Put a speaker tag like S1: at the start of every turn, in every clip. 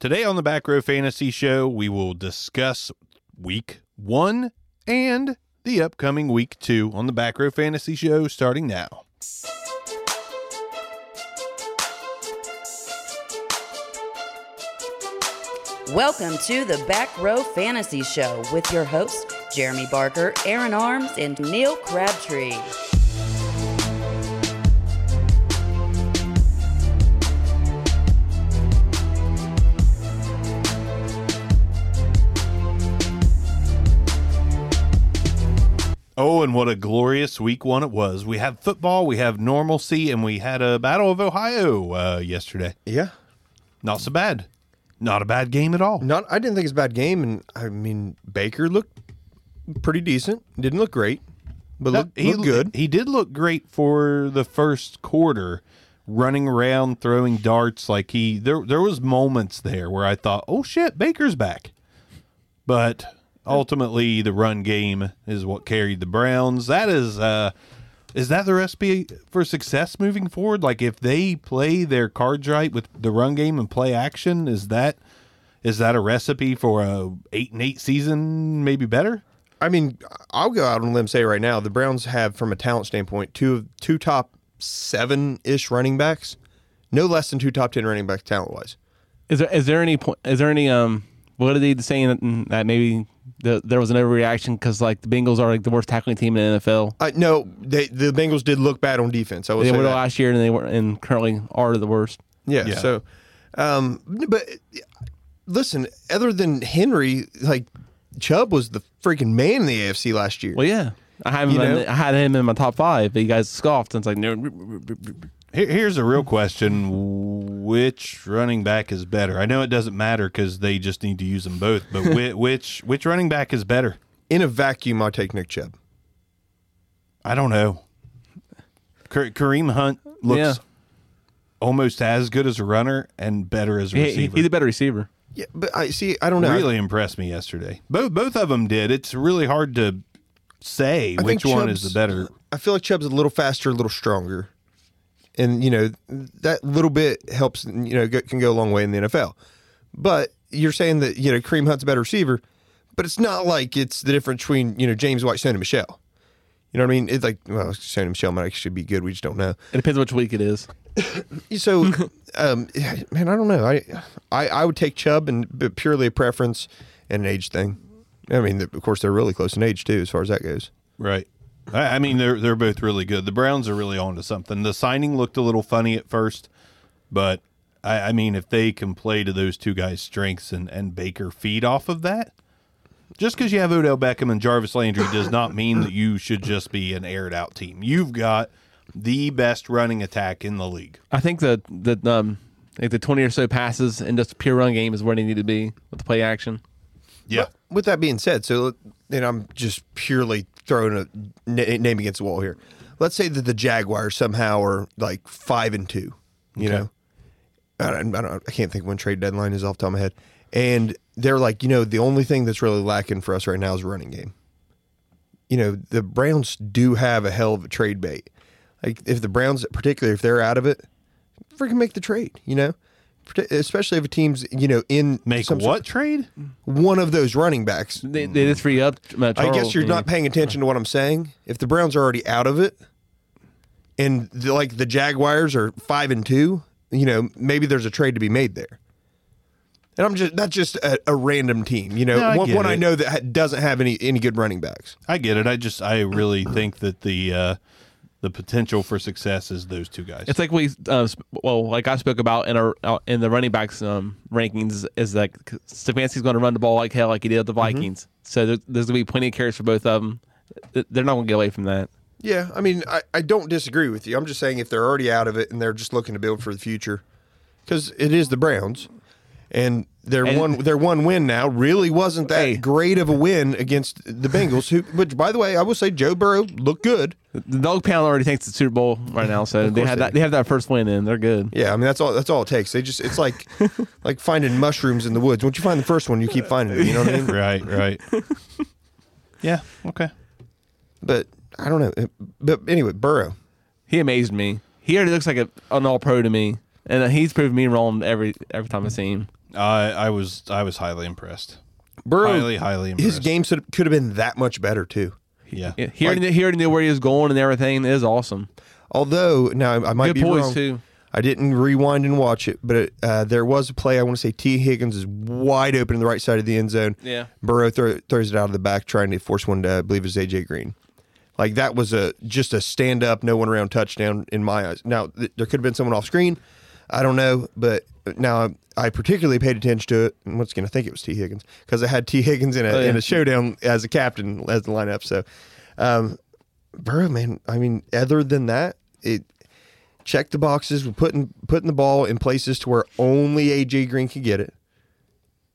S1: Today on the Back Row Fantasy Show, we will discuss week one and the upcoming week two on the Back Row Fantasy Show starting now.
S2: Welcome to the Back Row Fantasy Show with your hosts, Jeremy Barker, Aaron Arms, and Neil Crabtree.
S1: Oh, and what a glorious week one it was. We have football, we have normalcy, and we had a Battle of Ohio uh, yesterday.
S3: Yeah.
S1: Not so bad. Not a bad game at all.
S3: Not I didn't think it was a bad game and I mean Baker looked pretty decent. Didn't look great, but looked,
S1: he
S3: looked good.
S1: He did look great for the first quarter, running around, throwing darts. Like he there there was moments there where I thought, oh shit, Baker's back. But ultimately, the run game is what carried the Browns. That is. uh is that the recipe for success moving forward? Like if they play their cards right with the run game and play action, is that is that a recipe for a eight and eight season, maybe better?
S3: I mean, I'll go out on a limb and say right now, the Browns have, from a talent standpoint, two of two top seven ish running backs, no less than two top ten running backs talent wise.
S4: Is there is there any point? Is there any um? What are they saying that, that maybe the, there was an overreaction because like the Bengals are like the worst tackling team in the NFL.
S3: Uh, no, they, the Bengals did look bad on defense. I will
S4: They
S3: say
S4: were
S3: that.
S4: last year and they were and currently are the worst.
S3: Yeah,
S1: Yeah.
S3: So, um, but listen, other than Henry, like Chubb was the freaking man in the AFC last year.
S4: Well, yeah, I have him.
S3: You
S4: in-
S3: know?
S4: I had him in my top five, but you guys scoffed and it's like no.
S1: Here, here's a real question: Which running back is better? I know it doesn't matter because they just need to use them both. But which, which which running back is better?
S3: In a vacuum, I take Nick Chubb.
S1: I don't know. Kar- Kareem Hunt looks
S4: Yeah.
S1: almost as good as a runner and better as a
S4: He, he-
S1: receiver.
S4: he's a better receiver.
S3: Yeah, but I see. I don't know.
S1: really impressed me yesterday. Both both of them did. It's really hard to say
S3: I
S1: which
S3: think
S1: one is
S3: Chubb's-
S1: the better.
S3: I feel like Chubb's a little faster, a little stronger, and you know that little bit helps. You know, go- can go a long way in the NFL. But you're saying that you know Kareem Hunt's a better receiver, but it's not like it's the difference between you know James White, Sonny Michelle. You know what I mean? It's like well, Sonny Michelle might actually be good. We just don't know.
S4: It depends which week it is.
S3: So, um, man, I don't know. I, I I would take Chubb, and but purely a preference and an age thing. I mean, of course, they're really close in age too, as far as that goes.
S1: Right. I, I mean, they're they're both really good. The Browns are really on to something. The signing looked a little funny at first, but I, I mean, if they can play to those two guys' strengths and, and Baker feed off of that, just because you have Odell Beckham and Jarvis Landry does not mean that you should just be an aired out team. You've got the best running attack in the league.
S4: I think the the um like the twenty or so passes and just pure run game is where they need to be with the play action.
S1: Yeah.
S3: with that being said, so and I'm just purely throwing a na- name against the wall here. Let's say that the Jaguars somehow are like five and two. You
S1: Okay.
S3: know, I don't, I don't. I can't think when trade deadline is off the top of my head. And they're like, you know, the only thing that's really lacking for us right now is running game. You know, the Browns do have a hell of a trade bait. Like if the Browns, particularly if they're out of it, freaking make the trade. You know, Parti- especially if a team's you know in
S1: Make
S3: some sort-
S1: what trade?
S3: one of those running backs.
S4: They, they just free up. Uh,
S3: I guess
S4: Charles,
S3: you're
S4: you
S3: not
S4: know.
S3: paying attention to what I'm saying. If the Browns are already out of it, and the, like the Jaguars are five and two, you know maybe there's a trade to be made there. And I'm just that's just a, a random team, you know,
S1: No, I
S3: one,
S1: get
S3: one I
S1: it.
S3: know that ha- doesn't have any any good running backs.
S1: I get it. I just I really think that the uh the potential for success is those two guys.
S4: It's like we, uh, sp- well, like I spoke about in our uh, in the running backs um, rankings is, like Stefanski's going to run the ball like hell, like he did at the
S3: Mm-hmm.
S4: Vikings. So there's, there's going to be plenty of carries for both of them. They're not going to get away from that.
S3: Yeah, I mean, I, I don't disagree with you. I'm just saying if they're already out of it and they're just looking to build for the future, because it is the Browns, and their
S4: And-
S3: one their one win now really wasn't that
S4: Hey.
S3: great of a win against the Bengals. Who, which by the way, I will say Joe Burrow looked good.
S4: The dog pound already thinks it's Super Bowl right now, so they
S3: course
S4: have
S3: they
S4: that.
S3: do.
S4: They have that first win in. They're good.
S3: Yeah, I mean that's all that's all it takes. They just it's like like finding mushrooms in the woods. Once you find the first one, you keep finding them. You know what I mean?
S1: right, right. yeah, okay.
S3: But I don't know. But anyway, Burrow.
S4: He amazed me. He already looks like a, an all pro to me, and uh, he's proved me wrong every every time I see him.
S1: I I was I was highly impressed.
S3: Burrow,
S1: Highly, highly impressed.
S3: his game should, could have been that much better too.
S1: Yeah.
S4: Yeah, He already, knew, he already knew where he was going and everything. It is awesome.
S3: Although now I might
S4: Good
S3: be
S4: poise,
S3: wrong.
S4: too.
S3: I didn't rewind and watch it, but it, uh, there was a play. I want to say T. Higgins is wide open in the right side of the end zone.
S4: Yeah.
S3: Burrow throw, throws it out of the back, trying to force one to I believe is AJ Green. Like that was a just a stand up, no one around touchdown in my eyes. Now th- there could have been someone off screen. I don't know, but now I, I particularly paid attention to it. And once again, I think it was T. Higgins because I had T. Higgins in a,
S4: Oh, yeah.
S3: in a showdown as a captain as the lineup. So, um, Burrow, man, I mean, other than that, it check the boxes, we're putting putting the ball in places to where only AJ Green can get it.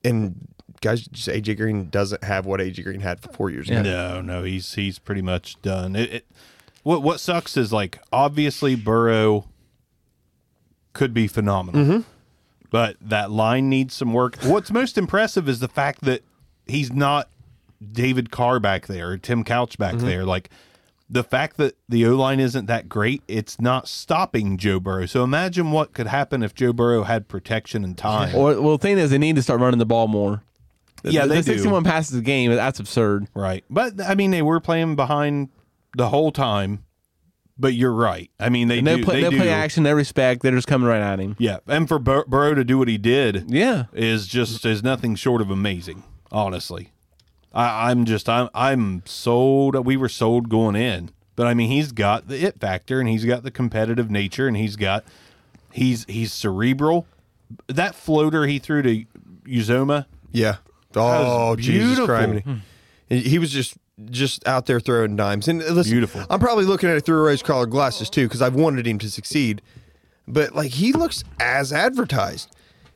S3: And guys, just AJ Green doesn't have what AJ Green had for four years ago.
S1: No, no, he's he's pretty much done. It, it what what sucks is like obviously Burrow could be phenomenal, but that line needs some work. What's most impressive is the fact that he's not David Carr back there or Tim Couch back there. Like the fact that the O line isn't that great, it's not stopping Joe Burrow. So imagine what could happen if Joe Burrow had protection and time.
S4: Or well, the thing is, they need to start running the ball more.
S1: Yeah,
S4: the,
S1: they
S4: the
S1: do.
S4: sixty-one passes a game. That's absurd.
S1: Right. But I mean, they were playing behind the whole time. But you're right. I mean, they
S4: No
S1: do.
S4: play,
S1: they
S4: no
S1: do.
S4: play action, no respect. They're just coming right at him.
S1: Yeah, and for Bur- Burrow to do what he did,
S4: Yeah.
S1: is just is nothing short of amazing. Honestly, I, I'm just I'm I'm sold. We were sold going in, but I mean, he's got the it factor, and he's got the competitive nature, and he's got he's he's cerebral. That floater he threw to Uzoma,
S3: Yeah. Oh,
S1: was
S3: Jesus
S1: beautiful.
S3: Christ. He he was just just out there throwing dimes. And uh, listen,
S1: Beautiful.
S3: I'm probably looking at it through rose colored glasses too, because I've wanted him to succeed. But like he looks as advertised.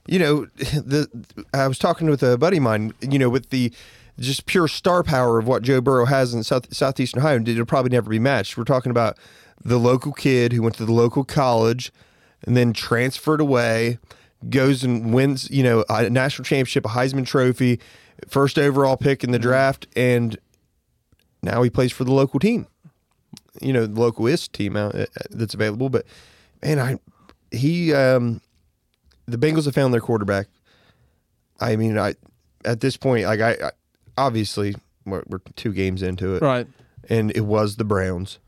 S3: You know, the I was talking with a buddy of mine, you know, with the just pure star power of what Joe Burrow has in South, Southeastern Ohio, and it'll probably never be matched. We're talking about the local kid who went to the local college and then transferred away, goes and wins, you know, a national championship, a Heisman Trophy, first overall pick in the draft, and now he plays for the local team. You know, the local ist team out uh, that's available. But man, I he um the Bengals have found their quarterback. I mean, I at this point, like I, I obviously we're, we're two games into it,
S4: Right.
S3: And it was the Browns,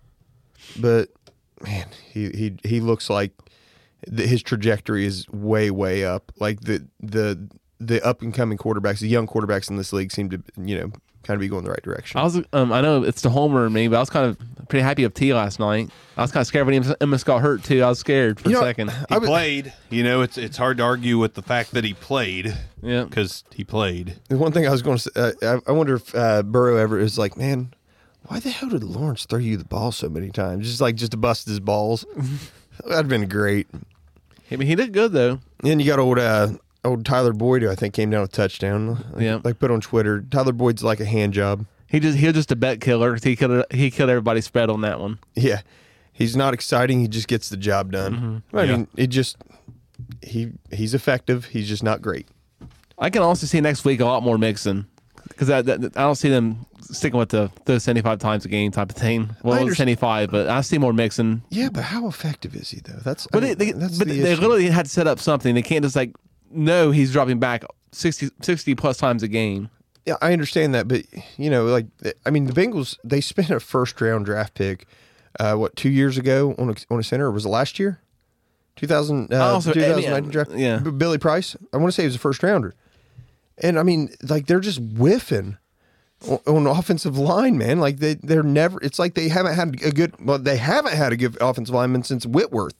S3: but man, he he he looks like th- his trajectory is way way up. Like the the the up and coming quarterbacks, the young quarterbacks in this league seem to you know kind of be going the right direction.
S4: I was. Um, I know it's the homer in me, but I was kind of pretty happy of T last night. I was kind of scared when Em- Emmitt got hurt too. I was scared for
S3: You
S4: a
S3: know,
S4: second.
S1: he
S3: I was-
S1: played. You know, it's it's hard to argue with the fact that he played.
S4: Yeah.
S1: because he played.
S3: The one thing I was going to say, uh, I, I wonder if uh, Burrow ever is like, man, why the hell did Lawrence throw you the ball so many times? Just like just to bust his balls. That'd been great.
S4: I mean, he looked good though.
S3: Then you got old uh, old Tyler Boyd, who I think came down with a touchdown. Like-
S4: Yeah.
S3: like put on Twitter. Tyler Boyd's like a hand job.
S4: He just he was just a bet killer. He killed he killed everybody's spread on that one.
S3: Yeah, he's not exciting. He just gets the job done.
S4: Mm-hmm.
S3: I
S1: Yeah.
S3: mean, it just he he's effective. He's just not great.
S4: I can also see next week a lot more mixing because I, that- that- I don't see them sticking with the, the 75 times a game type of thing. Well, it was
S3: underst-
S4: 75, but I see more mixing.
S3: Yeah, but how effective is he though? That's
S4: But,
S3: I mean,
S4: they, they,
S3: that's
S4: but
S3: the
S4: they
S3: issue.
S4: literally had to set up something. They can't just like, no, he's dropping back 60, 60 plus times a game.
S3: Yeah, I understand that, but you know, like I mean, the Bengals they spent a first round draft pick, uh, what two years ago on a, on a center? Or was it last year? 2000, uh,
S4: Also, I mean,
S3: 2019 draft.
S4: Oh, yeah.
S3: B- Billy Price. I want to say he was a first rounder. And I mean, like they're just whiffing on, on offensive line, man. Like they they're never. It's like they haven't had a good. Well, they haven't had a good offensive lineman since Whitworth.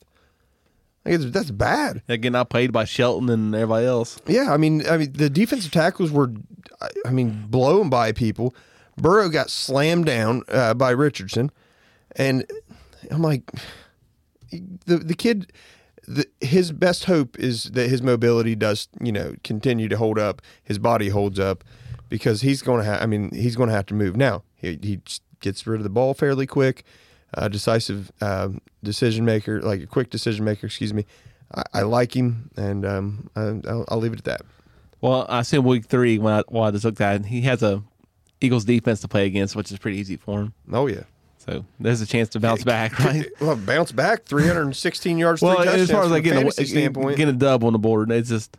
S3: Like it's, that's bad.
S4: They're getting outplayed by Shelton and everybody else.
S3: Yeah, I mean, I mean, the defensive tackles were, I- I mean, blown by people. Burrow got slammed down uh, by Richardson, and I'm like, the the kid, the, his best hope is that his mobility does, you know, continue to hold up. His body holds up because he's going to have. I mean, he's going to have to move now. He he gets rid of the ball fairly quick. Uh, decisive um decision maker, like a quick decision maker. Excuse me. I, I like him, and um, I, I'll, I'll leave it at that.
S4: Well, I assume week three when I, when I just looked at it, he has a Eagles defense to play against, which is pretty easy for him.
S3: Oh yeah.
S4: So there's a chance to bounce back, right?
S3: Well, bounce back 316 yards.
S4: well,
S3: three touchdowns
S4: as far as
S3: from
S4: like
S3: a
S4: getting
S3: fantasy
S4: a,
S3: standpoint,
S4: getting a dub on the board, it's just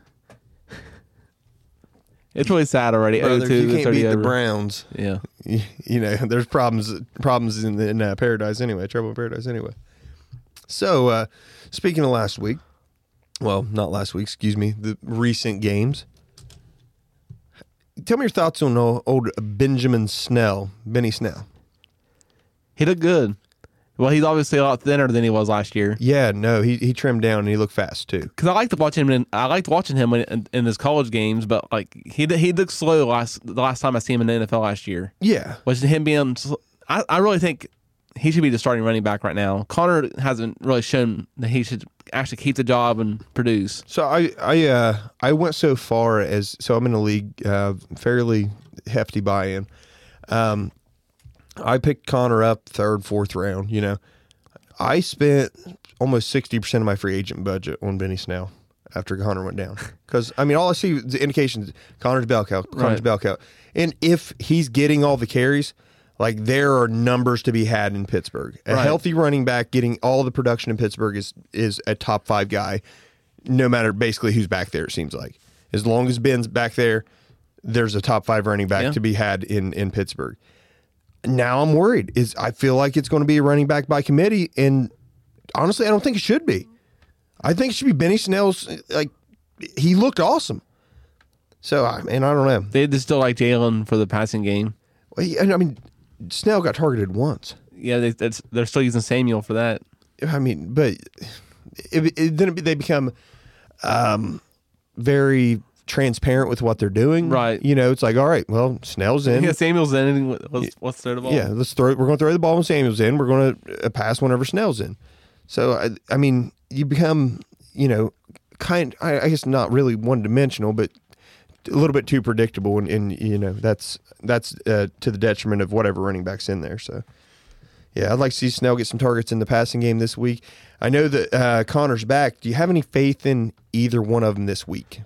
S4: it's really sad already.
S3: Brothers,
S4: 02,
S3: you can't
S4: 30
S3: beat the
S4: over.
S3: Browns.
S4: Yeah,
S3: You, you know, there's problems problems in, in uh, paradise anyway. Trouble in paradise anyway. So, uh, speaking of last week, well, not last week, excuse me, the recent games. Tell me your thoughts on o- old Benjamin Snell, Benny Snell.
S4: he looked good. Well, he's obviously a lot thinner than he was last year.
S3: Yeah, no, he he trimmed down and he looked fast too.
S4: because I liked watching him. In, I liked watching him in, in, in his college games, but like he he looked slow last the last time I see him in the NFL last year.
S3: Yeah,
S4: Was him being? sl- I, I really think he should be the starting running back right now. Connor hasn't really shown that he should actually keep the job and produce.
S3: So I I uh, I went so far as so I'm in a league uh, fairly hefty buy-in. Um, I picked Connor up third, fourth round. You know, I spent almost sixty percent of my free agent budget on Benny Snell after Connor went down because I mean all I see is the indications Connor's bell cow, Connor's
S4: Right.
S3: bell cow, and if he's getting all the carries. Like there are numbers to be had in Pittsburgh. A
S4: Right.
S3: healthy running back getting all the production in Pittsburgh is is a top five guy, no matter basically who's back there. It seems like as long as Ben's back there, there's a top five running back
S4: Yeah.
S3: to be had in in Pittsburgh. Now I'm worried. Is I feel like it's going to be a running back by committee, and honestly, I don't think it should be. I think it should be Benny Snell's. Like he looked awesome. So I mean, I don't know.
S4: They just still like Jalen for the passing game.
S3: Well, he- and I mean, Snell got targeted once.
S4: Yeah, they, that's, they're still using Samuel for that.
S3: I mean, but it, it, then it, they become um, very transparent with what they're doing.
S4: Right.
S3: You know, it's like, all right, well, Snell's in.
S4: Yeah, Samuel's in. What's, what's third of all?
S3: Yeah, let's throw. We're going to throw the ball when Samuel's in. We're going to uh, pass whenever Snell's in. So I, I mean, you become, you know, kind. I, I guess not really one dimensional, but a little bit too predictable, and, and you know that's that's uh, to the detriment of whatever running backs in there. So. Yeah, I'd like to see Snell get some targets in the passing game this week. I know that uh, Connor's back. Do you have any faith in either one of them this week?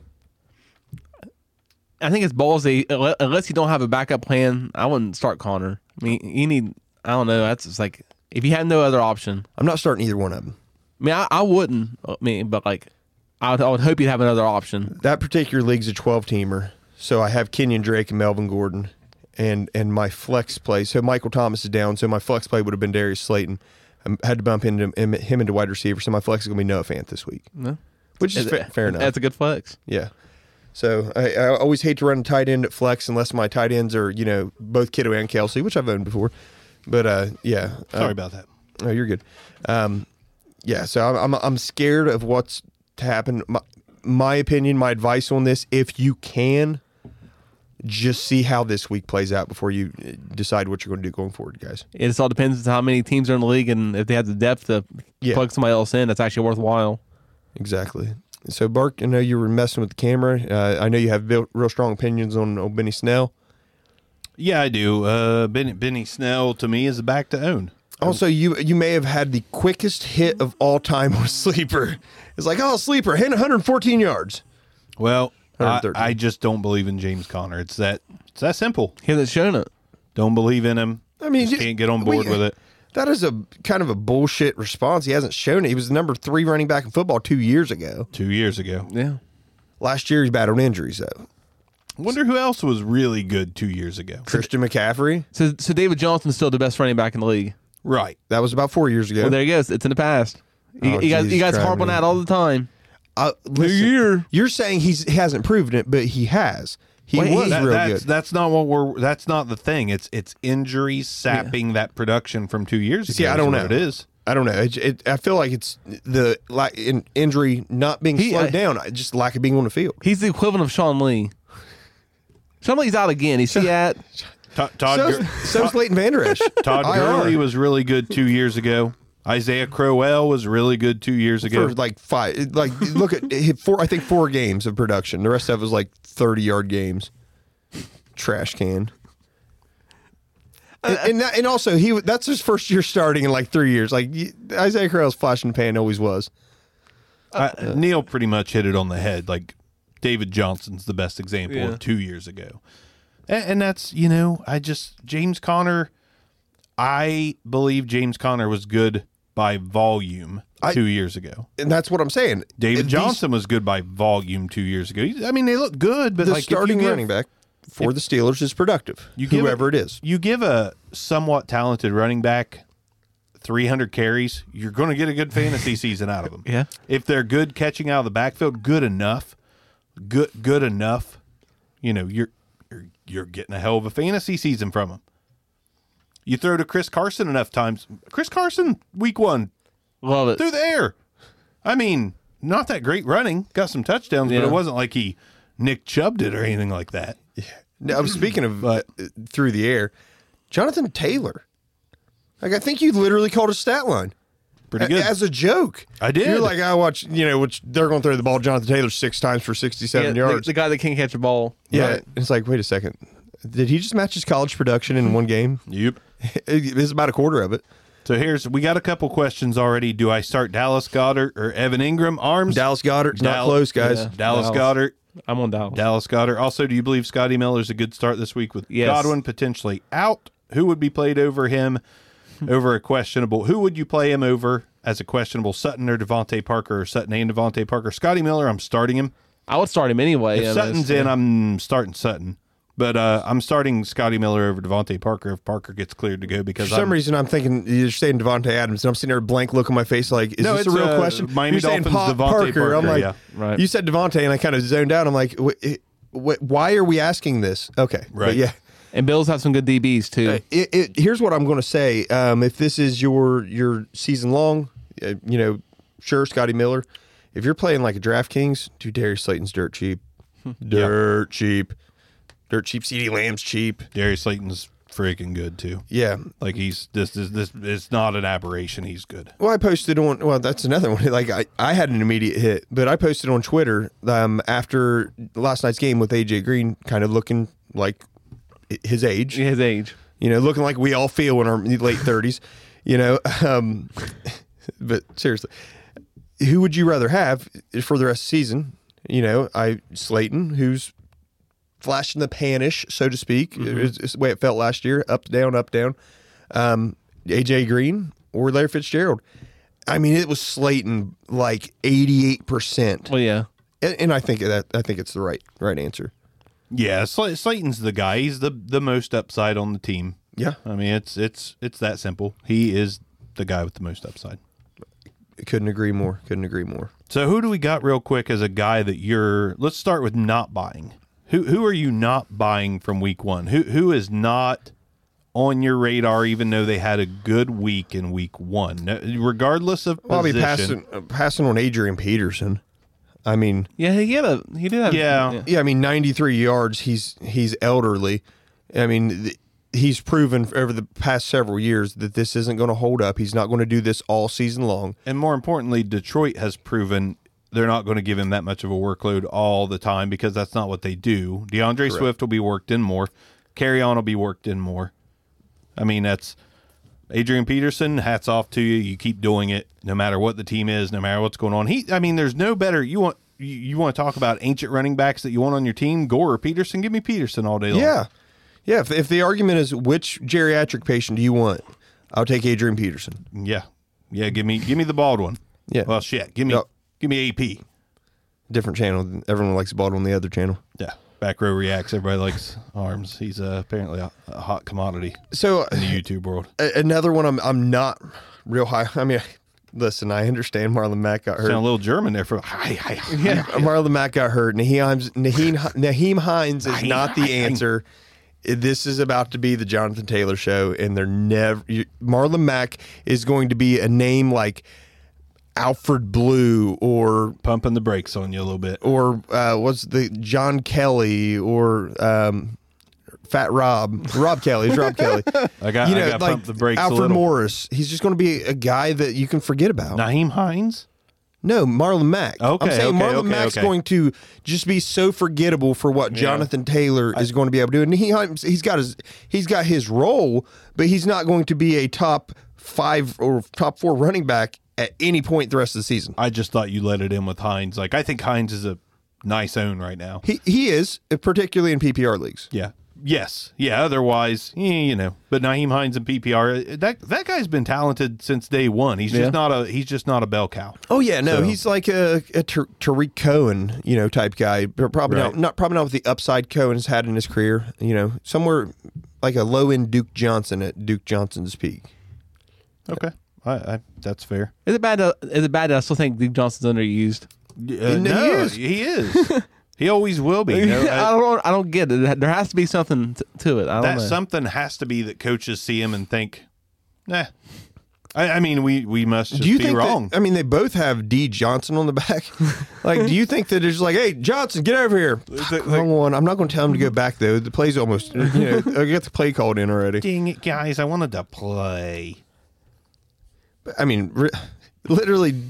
S4: I think it's ballsy. unle- Unless you don't have a backup plan, I wouldn't start Connor. I mean, you need. I don't know. That's just like if you had no other option.
S3: I'm not starting either one of them.
S4: I mean, I, I wouldn't. uh, I mean, but like, I would, I would hope you'd have another option.
S3: that particular league's a 12 teamer. So I have Kenyon Drake and Melvin Gordon and and my flex play. So Michael Thomas is down. So my flex play would have been Darius Slayton. I had to bump into him, him into wide receiver. So my flex is going to be Noah Fant this week. No. Which is fa- fair enough.
S4: That's a good flex.
S3: yeah. So I, I always hate to run a tight end at flex unless my tight ends are, you know, both Kiddo and Kelsey, which I've owned before. But uh, yeah. uh,
S1: Sorry about that.
S3: Oh, you're good. Um, yeah, so I'm, I'm I'm scared of what's to happen. My, my opinion, my advice on this: if you can, just see how this week plays out before you uh, decide what you're going to do going forward, guys.
S4: It just all depends on how many teams are in the league and if they have the depth to
S3: Yeah.
S4: plug somebody else in. That's actually worthwhile.
S3: Exactly. So, Bark, I know you were messing with the camera. Uh, I know you have built real strong opinions on old Benny Snell.
S1: Yeah, I do. Uh, Benny, Benny Snell to me is a back to own.
S3: Also, you you may have had the quickest hit of all time with sleeper. It's like, oh, sleeper, hit 114 yards.
S1: Well, I,
S3: 113.
S1: I just don't believe in James Conner. It's that it's that simple.
S4: He hasn't shown it.
S1: Don't believe in him.
S3: I mean,
S1: Just
S3: you-
S1: can't get on
S3: we-
S1: board with it.
S3: That is a kind of a bullshit response. He hasn't shown it. He was the number three running back in football two years ago.
S1: Two years ago,
S4: Yeah.
S3: Last year, he's battled injuries though.
S1: wonder who else was really good two years ago.
S3: Christian McCaffrey,
S4: So, so David Johnson's still the best running back in the league.
S1: Right.
S3: that was about four years ago.
S4: Well, there you go. It's in the past. You,
S3: Oh,
S4: you guys, you
S3: Jesus
S4: guys
S3: Christ,
S4: harp on
S3: man.
S4: that all the time.
S3: Uh, listen,
S4: year.
S3: You're saying he's, he hasn't proven it, but he has. He
S4: Wait,
S3: was
S4: he-
S1: That-
S3: real
S1: that's,
S3: good.
S1: that's not what we're. That's not the thing. It's it's injuries sapping that production from two years ago.
S3: See, I
S1: is
S3: don't
S1: what
S3: know.
S1: It is.
S3: I don't know. It, it, I feel like it's the like in, injury not being
S4: He-
S1: uh,
S3: slowed
S4: I-
S3: down, I- just lack of being on the field.
S4: He's the equivalent of Sean Lee. Sean Lee's out again. He's at
S1: To- Todd
S3: So's,
S1: Gur-
S3: so's Leighton Vander Esch.
S1: Todd
S3: IR.
S1: Gurley was really good two years ago. Isaiah Crowell was really good two years ago.
S3: for like five. Like look at he had four. I think four games of production. The rest of it was like thirty yard games. Trash can.
S1: Uh,
S3: And, and, that- and also he w- that's his first year starting in like three years. Like y- Isaiah Crowell's flashing pan always was.
S1: I- Neil pretty much hit it on the head. Like David Johnson's the best example
S4: Yeah.
S1: of two years ago, and, and that's you know I just James Conner. I believe James Conner was good by volume
S3: I-
S1: two years ago.
S3: And that's what I'm saying.
S1: David
S3: These-
S1: Johnson was good by volume two years ago. I mean, they look good, but
S3: the
S1: like if you
S3: starting
S1: give-
S3: running back for the Steelers is productive.
S1: You give
S3: whoever
S1: a-
S3: it is.
S1: You give a somewhat talented running back 300 carries, you're going to get a good fantasy season out of them.
S4: Yeah.
S1: If they're good catching out of the backfield, good enough, good good enough, you know, you're you're, you're getting a hell of a fantasy season from them. You throw to Chris Carson enough times. Chris Carson, week one,
S4: love it.
S1: through the air. I mean, not that great running. Got some touchdowns, but
S4: Yeah.
S1: it wasn't like he Nick Chubb did or anything like that.
S3: Now, I'm speaking of uh, through the air, Jonathan Taylor. Like I think you literally called a stat line.
S1: Pretty good.
S3: A- as a joke.
S1: I did.
S3: You're like I watch. You know, which they're going to throw the ball to Jonathan Taylor six times for
S4: Yeah,
S3: 67
S4: the,
S3: yards.
S4: the guy that can't catch a ball.
S3: yeah,
S4: Right.
S3: it's like wait a second. Did he just match his college production in one game?
S1: yep.
S3: It- It's about a quarter of it.
S1: So here's we got a couple questions already. Do I start Dallas Goddard or Evan Ingram? Arms
S3: Dallas Goddard's not
S1: Dal-
S3: close, guys.
S4: yeah.
S1: Dallas,
S4: Dallas.
S1: Goddard.
S4: I'm on Dallas.
S1: Dallas Goddard. Also, do you believe Scotty Miller's a good start this week with
S4: Yes.
S1: Godwin potentially out? Who would be played over him? over a questionable. Who would you play him over as a questionable Sutton or Devontae Parker or Sutton and Devontae Parker? Scotty Miller, I'm starting him.
S4: I would start him anyway.
S1: If
S4: I mean,
S1: Sutton's
S4: it's-
S1: in, I'm starting Sutton. But uh, I'm starting Scotty Miller over Devontae Parker if Parker gets cleared to go because
S3: For some
S1: I'm,
S3: reason, I'm thinking you're saying Devonte Adams, and I'm sitting there with a blank look on my face, like, is
S1: No,
S3: this a
S1: it's,
S3: real
S1: uh,
S3: question?
S1: Miami
S3: you're saying
S1: Dolphins,
S3: Pa-
S1: Devontae Parker,
S3: I'm like,
S1: yeah,
S4: right.
S3: you said Devonte, and I kind of zoned out. I'm like, wh- it- wh- why are we asking this? Okay, But
S1: Right.
S3: yeah.
S4: and Bills have some good DBs too.
S3: Uh, it, it, here's what I'm going to say. Um, if this is your your season long, uh, you know, sure, Scotty Miller. If you're playing like a DraftKings, do Darius Slayton's dirt cheap, dirt cheap, dirt cheap. CD Lamb's cheap.
S1: Darius Slayton's freaking good too.
S3: Yeah.
S1: Like he's this is this it's not an aberration. He's good.
S3: Well, I posted on. Well, that's another one. Like I, I had an immediate hit, but I posted on Twitter um, after last night's game with AJ Green, kind of looking like i- his age.
S4: his age.
S3: you know, looking like we all feel in our late thirties, you know. Um, but seriously, who would you rather have for the rest of the season? You know, I Slayton, who's flashing the panish, so to speak, is, is the way it felt last year, up down, up down. Um, AJ Green or Larry Fitzgerald. I mean, it was Slayton like eighty eight percent,
S4: Well, yeah.
S3: and I think that I think it's the right right answer.
S1: Yeah, Sl- Slayton's the guy. He's the the most upside on the team.
S3: Yeah.
S1: I mean it's it's it's that simple. He is the guy with the most upside.
S3: Couldn't agree more. Couldn't agree more.
S1: So who do we got real quick as a guy that you're? Let's start with not buying. Who who are you not buying from week one? Who who is not on your radar, even though they had a good week in week one, No- regardless of
S3: Well, I'll be
S1: position.
S3: passing uh, passing on Adrian Peterson. I mean,
S4: Yeah, he had a he did have
S1: Yeah.
S3: yeah, I mean, ninety three yards. He's he's elderly. I mean, th- he's proven over the past several years that this isn't going to hold up. He's not going to do this all season long.
S1: And more importantly, Detroit has proven they're not going to give him that much of a workload all the time because that's not what they do. DeAndre Swift will be worked in more. Carry on will be worked in more. I mean, that's Adrian Peterson, hats off to you. You keep doing it no matter what the team is, no matter what's going on. He I mean, there's no better you want you, you want to talk about ancient running backs that you want on your team, Gore or Peterson, give me Peterson all day long.
S3: Yeah, yeah. If, if the argument is which geriatric patient do you want, I'll take Adrian Peterson.
S1: Yeah. Yeah, give me give me the bald one.
S3: Yeah.
S1: Well shit. Give me
S3: Yep.
S1: give me AP.
S3: Different channel. Everyone likes Baldwin on the other channel.
S1: Yeah, back row reacts. Everybody likes arms. He's uh, apparently a, a hot commodity
S3: So
S1: in the YouTube world.
S3: a- another one I'm I'm not real high. I mean, Listen, I understand Marlon Mack got hurt.
S1: Sound a little German there for
S3: Yeah, Marlon Mack got hurt. Naheem's, Naheem, Naheem Hines is not the answer. This is about to be the Jonathan Taylor show, and they're never. You, Marlon Mack is going to be a name like Alfred Blue or
S1: pumping the brakes on you a little bit.
S3: or uh, what's the John Kelly or um, Fat Rob, Rob Kelly, it's Rob Kelly.
S1: I got- I got pumped the brakes a
S3: Alfred
S1: little.
S3: Morris. He's just going to be a guy that you can forget about.
S1: Naheem Hines.
S3: No, Marlon Mack. I'm
S1: Okay,
S3: saying
S1: okay,
S3: Marlon
S1: okay,
S3: Mack's
S1: okay.
S3: going to just be so forgettable for what Jonathan Taylor is going to be able to do, and he he's got his he's got his role, but he's not going to be a top five or top four running back at any point the rest of the season.
S1: I just thought you let it in with Hines. Like I think Hines is a nice own right now.
S3: He he is particularly in PPR leagues.
S1: Yeah. Yes. Yeah. Otherwise, eh, you know. But Naheem Hines and PPR, eh, that that guy's been talented since day one. He's
S4: Yeah.
S1: just not a he's just not a bell cow.
S3: Oh yeah, no,
S1: So-
S3: he's like a, a Tar- Tariq Cohen, you know, type guy. But probably not,
S1: Right.
S3: not probably not with the upside Cohen's had in his career. You know, somewhere like a low end Duke Johnson at Duke Johnson's peak.
S1: Okay. I, I that's fair.
S4: Is it bad? that- Is it bad? That I still think Duke Johnson's underused.
S1: Uh,
S3: No, he
S1: no,
S3: is.
S1: he is. he always will be. You know,
S4: I,
S1: I-
S4: don't. I don't get it. There has to be something t- to it. I don't
S1: that
S4: know.
S1: something has to be that coaches see him and think, nah. I, I mean, we we must just
S3: do you
S1: be
S3: think that- Oh,
S1: wrong.
S3: I mean, they both have D Johnson on the back. like, do you think that it's like, hey, Johnson, get over here? Fuck, wrong one. I'm not going to tell him to go back though. The play's almost. You know, I got the play called in already.
S1: Dang it, guys! I wanted to play.
S3: I mean, re- literally,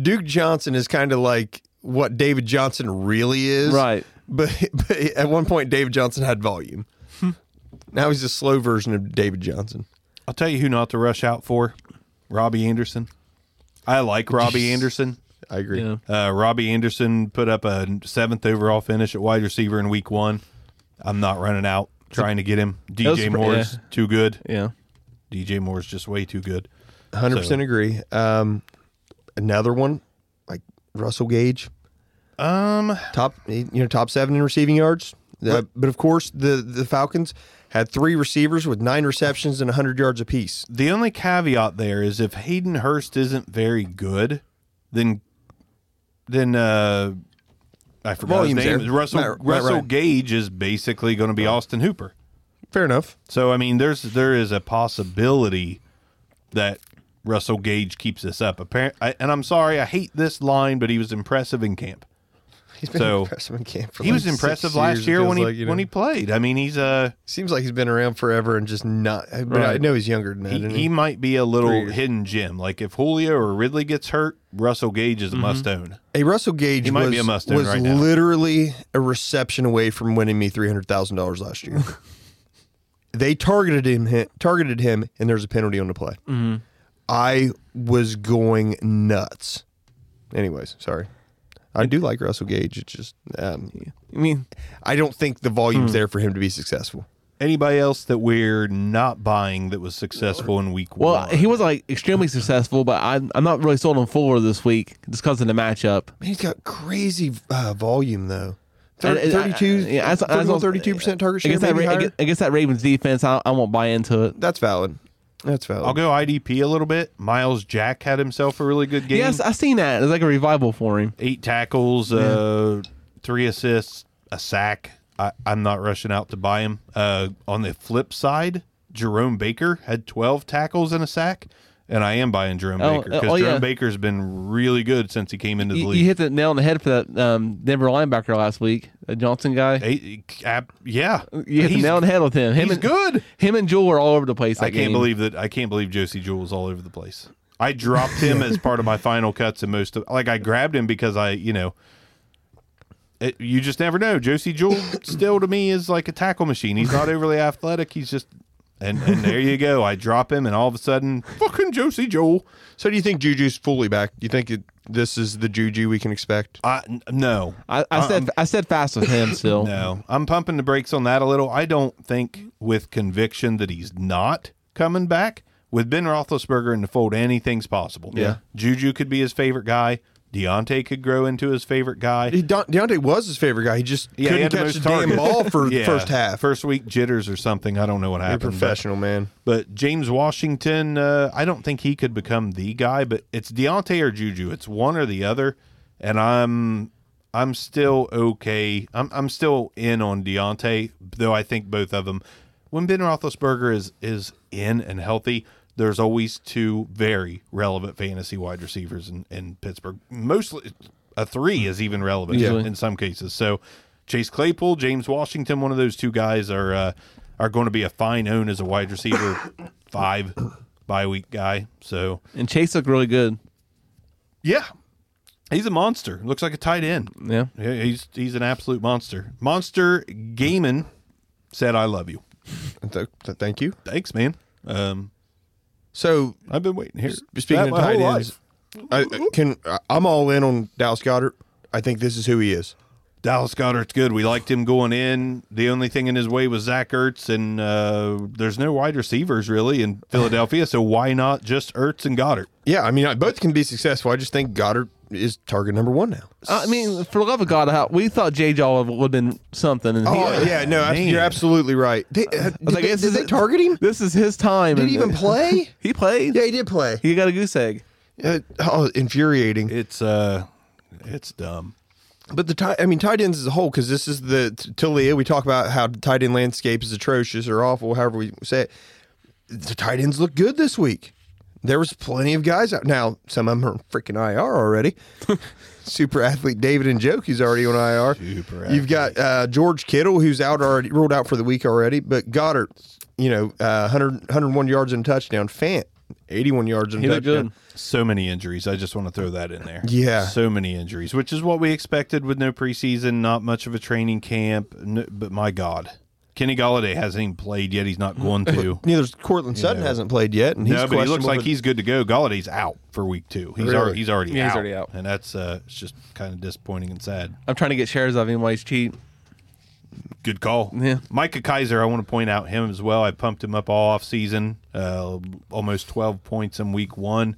S3: Duke Johnson is kind of like what David Johnson really is,
S4: Right.
S3: But, but at one point, David Johnson had volume. now he's a slow version of David Johnson.
S1: I'll tell you who not to rush out for. Robbie Anderson. I like Robbie Anderson.
S3: I agree.
S4: Yeah.
S1: Uh, Robbie Anderson put up a seventh overall finish at wide receiver in week one. I'm not running out trying to get him.
S4: was
S1: DJ
S4: pr-
S1: Moore's
S4: yeah.
S1: too good.
S4: Yeah.
S1: DJ Moore's just way too good.
S3: Hundred percent
S1: So-
S3: agree. Um, another one, like Russell Gage. Um, top you know top seven in receiving yards. The- but of course, the the Falcons had three receivers with nine receptions and hundred yards apiece.
S1: The only caveat there is if Hayden Hurst isn't very good, then then uh, I forgot
S3: Volume's
S1: his name.
S3: there.
S1: Russell
S3: Matt- Matt
S1: Russell
S3: Ryan.
S1: Gage is basically going to be Austin Hooper.
S3: Fair enough.
S1: So I mean, there's there is a possibility that Russell Gage keeps this up. Apparent, I, and I'm sorry, I hate this line, but he was impressive in camp.
S3: He's been
S1: So,
S3: impressive in camp for
S1: He
S3: like
S1: was
S3: six
S1: impressive
S3: years,
S1: last
S3: it
S1: year
S3: feels
S1: when he
S3: like, you know.
S1: when he played. I mean, he's a
S3: seems like he's been around forever and just not. But I
S4: Right.
S3: know he's younger than that.
S1: he,
S3: isn't
S1: he might be a little hidden gem. Like if Julio or Ridley gets hurt, Russell Gage is a
S3: Mm-hmm.
S1: must own.
S3: Hey, Russell Gage
S1: He might
S3: was,
S1: be a must-own
S3: was
S1: right now.
S3: literally a reception away from winning me three hundred thousand dollars last year. they targeted him, hit- targeted him, and there's a penalty on the play.
S1: Mm-hmm.
S3: I was going nuts. Anyways, sorry. I do like Russell Gage. It's just um,
S4: I mean,
S3: I don't think the volume's
S1: Hmm.
S3: there for him to be successful.
S1: Anybody else that we're not buying that was successful in week
S4: well,
S1: one?
S4: he was like extremely successful, but I'm, I'm not really sold on Fuller this week just because of the matchup.
S3: Man, he's got crazy uh, volume though. Thir-
S4: And- and I-
S3: 32,
S4: yeah, I- I- I-
S3: 31, 32% target share.
S4: Against that,
S3: maybe
S4: Ra-
S3: higher?
S4: against, against that Ravens defense, I, I won't buy into it.
S3: That's valid. That's valid.
S1: I'll go IDP a little bit. Miles Jack had himself a really good game.
S4: Yes, I seen that. It's like a revival for him.
S1: eight tackles, uh, three assists, a sack. I, I'm not rushing out to buy him. Uh, on the flip side, Jerome Baker had 12 tackles and a sack, and I am buying Jerome
S4: Oh,
S1: Baker because
S4: oh,
S1: Jerome
S4: yeah.
S1: Baker's been really good since he came into the
S4: You,
S1: league.
S4: you hit the nail on the head for that um, Denver linebacker last week, the Johnson guy.
S1: Eight- ab- yeah,
S4: You hit the
S1: He's-
S4: nail on the head with him. him
S1: he's
S4: and,
S1: good.
S4: Him and Jewel were all over the place. that
S1: I can't
S4: game.
S1: believe that. I can't believe Josie Jewell was all over the place. I dropped him as part of my final cuts and most of like I grabbed him because I you know. It, you just never know. Josie Jewell still to me is like a tackle machine. He's not overly athletic. He's just and and there you go. I drop him and all of a sudden fucking Josie Jewell.
S3: So do you think Juju's fully back? Do you think it, this is the Juju we can expect?
S1: I n- no.
S4: I, I
S3: Um,
S4: said I said fast with him still.
S1: No, I'm pumping the brakes on that a little. I don't think with conviction that he's not coming back. With Ben Roethlisberger in the fold, anything's possible.
S4: Yeah.
S1: Juju could be his favorite guy. Deontay could grow into his favorite guy.
S3: He, Don, Deontay was his favorite guy. He just
S1: Yeah, he
S3: couldn't
S1: had the
S3: catch
S1: most
S3: the damn
S1: targets.
S3: ball for the
S1: Yeah,
S3: first half.
S1: First week jitters or something. I don't know what
S3: You're a
S1: happened. but-
S3: professional, man.
S1: But James Washington, uh, I don't think he could become the guy. But it's Deontay or Juju. It's one or the other. And I'm I'm still okay. I'm I'm still in on Deontay, though I think both of them. When Ben Roethlisberger is is in and healthy, there's always two very relevant fantasy wide receivers in, in Pittsburgh. Mostly, a three is even relevant
S4: Usually.
S1: in some cases. So Chase Claypool, James Washington, one of those two guys are uh, are going to be a fine own as a wide receiver five bye week guy. So
S4: And Chase looked really good.
S1: yeah, he's a monster. Looks like a tight end.
S4: Yeah.
S1: Yeah, he's he's an absolute monster. Monster Gaiman said, "I love you."
S3: Th- th- thank you.
S1: Thanks, man. Um,
S3: So
S1: I've been waiting here.
S3: speaking
S1: That
S3: of
S1: my
S3: tight
S1: whole
S3: ends,
S1: life.
S3: I, I can I- I'm all in on Dallas Goddard. I think this is who he is.
S1: Dallas Goddard's good. We liked him going in. The only thing in his way was Zach Ertz, and uh, there's no wide receivers really in Philadelphia. So why not just Ertz and Goddard?
S3: Yeah, I mean, I- both can be successful. I just think Goddard is target number one now.
S4: I mean, for the love of God, how, we thought J. Jaw would have been something. And he,
S3: Oh yeah, no, abs-
S1: Man.
S3: you're absolutely right. They, uh,
S4: I was
S3: did,
S4: like,
S3: they,
S4: this
S3: did
S4: is
S3: they
S4: it.
S3: target him?
S4: This is his time.
S3: Did he
S4: and-
S3: even play?
S4: He played.
S3: yeah, he did play.
S4: He got a goose egg.
S3: Uh, oh, infuriating.
S1: It's uh, it's dumb.
S3: But the tight, I mean, tight ends as a whole, because this is the t- till the end we talk about how the tight end landscape is atrocious or awful, however we say it. The tight ends look good this week. There was plenty of guys out. Now some of them are freaking IR already. Super athlete David and Joki's already on IR.
S1: Super
S3: You've
S1: athlete.
S3: got uh, George Kittle who's out already ruled out for the week already. But Goddard, you know, uh, 100, 101 yards and a touchdown. Fant, eighty one yards and a
S4: He looked
S3: touchdown.
S4: good.
S1: So many injuries. I just want to throw that in there.
S3: Yeah.
S1: So many injuries, which is what we expected with no preseason, not much of a training camp. No, but my God, Kenny Galladay hasn't even played yet. He's not going to.
S3: Neither Cortland Sutton hasn't played yet, and Mm. he's
S1: no, but he looks
S3: questionable
S1: like
S3: for-
S1: he's good to go. Galladay's out for week two. He's
S3: Really?
S1: already he's already
S4: Yeah,
S1: out.
S4: he's already out.
S1: and that's uh, it's just kind of disappointing and sad.
S4: I'm trying to get shares of him while he's cheap.
S1: Good call.
S4: Yeah.
S1: Micah Kaiser, I want to point out him as well. I pumped him up all off season, uh, almost 12 points in week one.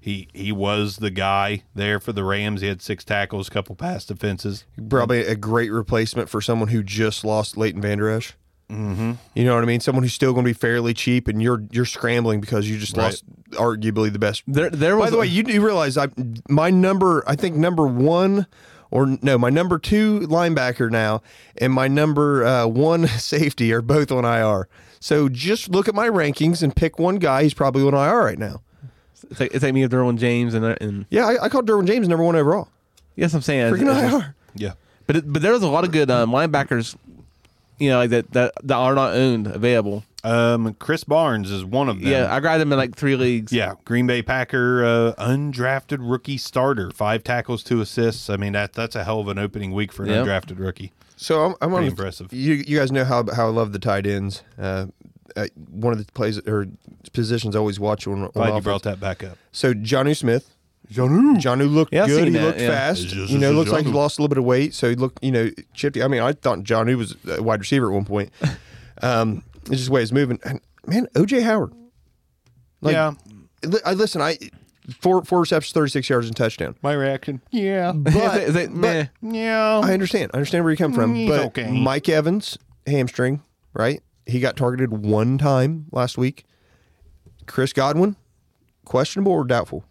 S1: He he was the guy there for the Rams. He had six tackles, couple pass defenses.
S3: probably a great replacement for someone who just lost Leighton Vander Esch. Mm-hmm. You know what I mean? Someone who's still going to be fairly cheap, and you're you're scrambling because you just lost arguably the best.
S4: There, there was.
S3: By the way, you do realize I my number I think number one or no my number two linebacker now and my number uh, one safety are both on IR. So just look at my rankings and pick one guy. He's probably on IR right now.
S4: it's like, it's like me with Derwin James and and
S3: Yeah, I, I called Derwin James number one overall.
S4: yes, I'm saying. uh,
S3: Freaking IR.
S1: Yeah.
S4: But it, but there was a lot of good um, linebackers, you know, like that, that that are not owned available.
S1: Um, Chris Barnes is one of them.
S4: Yeah, I grabbed him in like three leagues.
S1: Yeah, Green Bay Packer uh, undrafted rookie starter, five tackles, two assists. I mean that that's a hell of an opening week for an
S4: Yep.
S1: undrafted rookie.
S3: So I'm, I'm on
S1: Pretty
S3: the-
S1: impressive.
S3: You you guys know how how I love the tight ends. Uh, uh, one of the plays or positions I always watch on, on
S1: Glad you
S3: offense.
S1: brought that back up.
S3: So Johnny Smith, Johnu, Johnu looked
S4: Yeah, I've
S3: good.
S4: seen
S3: He
S4: that,
S3: looked
S4: yeah.
S3: fast.
S1: It's just-
S3: you know,
S1: it's
S3: looks like he
S1: Jonnu.
S3: lost a little bit of weight. So he looked, you know, chippy. I mean, I thought Johnu was a wide receiver at one point. Um, it's just the way he's moving. And man, OJ Howard. Like,
S1: yeah,
S3: li- I listen. I four four receptions, thirty six yards, and touchdown.
S1: my reaction. Yeah,
S4: It's like- it's like,
S3: but-
S4: meh.
S1: yeah.
S3: I understand. I understand where you come from.
S1: He's
S3: But
S1: Mm, okay.
S3: Mike Evans, hamstring, right? He got targeted one time last week. Chris Godwin, questionable or doubtful?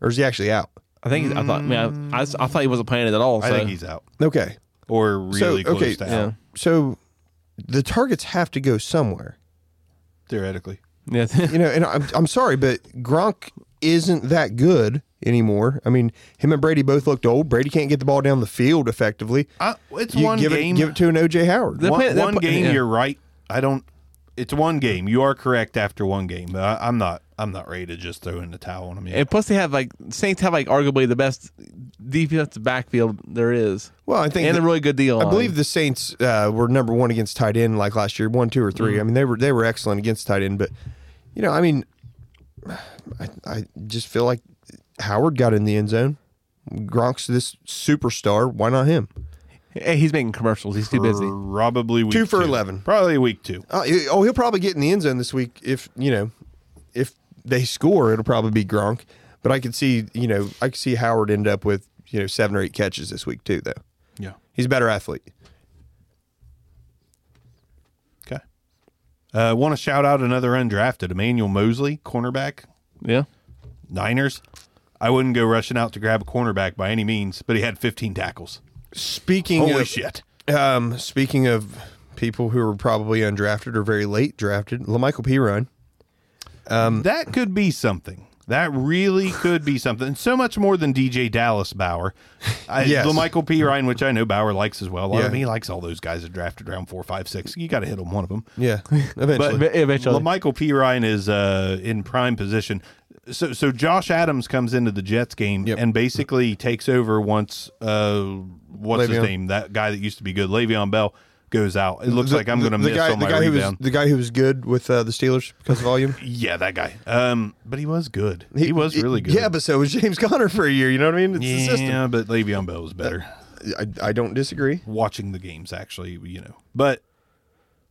S3: Or is he actually out?
S4: I think he's, I thought man, I, I, s- I thought he wasn't playing it at all.
S1: I
S4: so-
S1: think he's out
S3: Okay.
S1: or really
S3: so,
S1: close
S3: okay.
S1: to out.
S4: yeah
S3: So the targets have to go somewhere.
S1: theoretically.
S4: yeah.
S3: You know, and I'm, I'm sorry, but Gronk isn't that good anymore. I mean, him and Brady both looked old. Brady can't get the ball down the field effectively.
S1: Uh, it's
S3: you
S1: one
S3: give
S1: game.
S3: It, give it to an OJ Howard.
S4: They're
S1: one,
S4: playing- they're
S1: one
S4: pl-
S1: game.
S4: yeah.
S1: You're right. I don't. It's one game. You are correct after one game, but I, I'm not. I'm not ready to just throw in the towel on him. Yet.
S4: And plus, they have like Saints have like arguably the best defensive backfield there is.
S3: Well, I think
S4: and
S3: that-
S4: a really good deal.
S3: I believe the Saints uh, were number one against tight end like last year, one, two, or three. I mean, they were they were excellent against tight end, but you know, I mean, I, I just feel like Howard got in the end zone. Gronk's this superstar. Why not him?
S4: Hey, he's making commercials. He's too busy.
S1: Probably week
S3: Two for 11.
S1: Probably week two.
S3: Uh, he- oh, he'll probably get in the end zone this week if you know if they score. It'll probably be Gronk. But I could see, you know, I could see Howard end up with, you know, seven or eight catches this week too, though.
S1: Yeah.
S3: He's a better athlete.
S1: Okay. Uh, want to shout out another undrafted Emmanuel Mosley, cornerback,
S4: Yeah.
S1: Niners. I wouldn't go rushing out to grab a cornerback by any means, but he had 15 tackles.
S3: Speaking
S1: Holy
S3: of,
S1: shit!
S3: Um, speaking of people who were probably undrafted or very late drafted, Lamichael Piron.
S1: that could be something. That really could be something. So much more than DJ Dallas Bauer. I,
S3: Yes.
S1: Michael P. Ryan, which I know Bauer likes as well. A lot of
S3: Yeah.
S1: him, he likes all those guys that drafted round four, five, six. You got to hit on one of them.
S3: Yeah, eventually.
S1: But
S4: Ev- eventually.
S1: Michael P. Ryan is uh, in prime position. So, so Josh Adams comes into the Jets game
S3: Yep.
S1: and basically takes over once uh, what's his
S3: Le'Veon.
S1: name? That guy that used to be good, Le'Veon Bell, goes out. It looks
S3: The-
S1: like I'm
S3: the-
S1: going to
S3: the
S1: miss
S3: guy,
S1: on
S3: the
S1: my
S3: guy who was
S1: rebound.
S3: the guy who was good with uh, the Steelers because of volume.
S1: yeah, that guy. Um, but he was good. He, was really good.
S3: Yeah, but so was James Conner for a year. You know what I mean? It's
S1: yeah, but Le'Veon Bell was better.
S3: the system. I, I don't disagree.
S1: Watching the games, actually, you know. But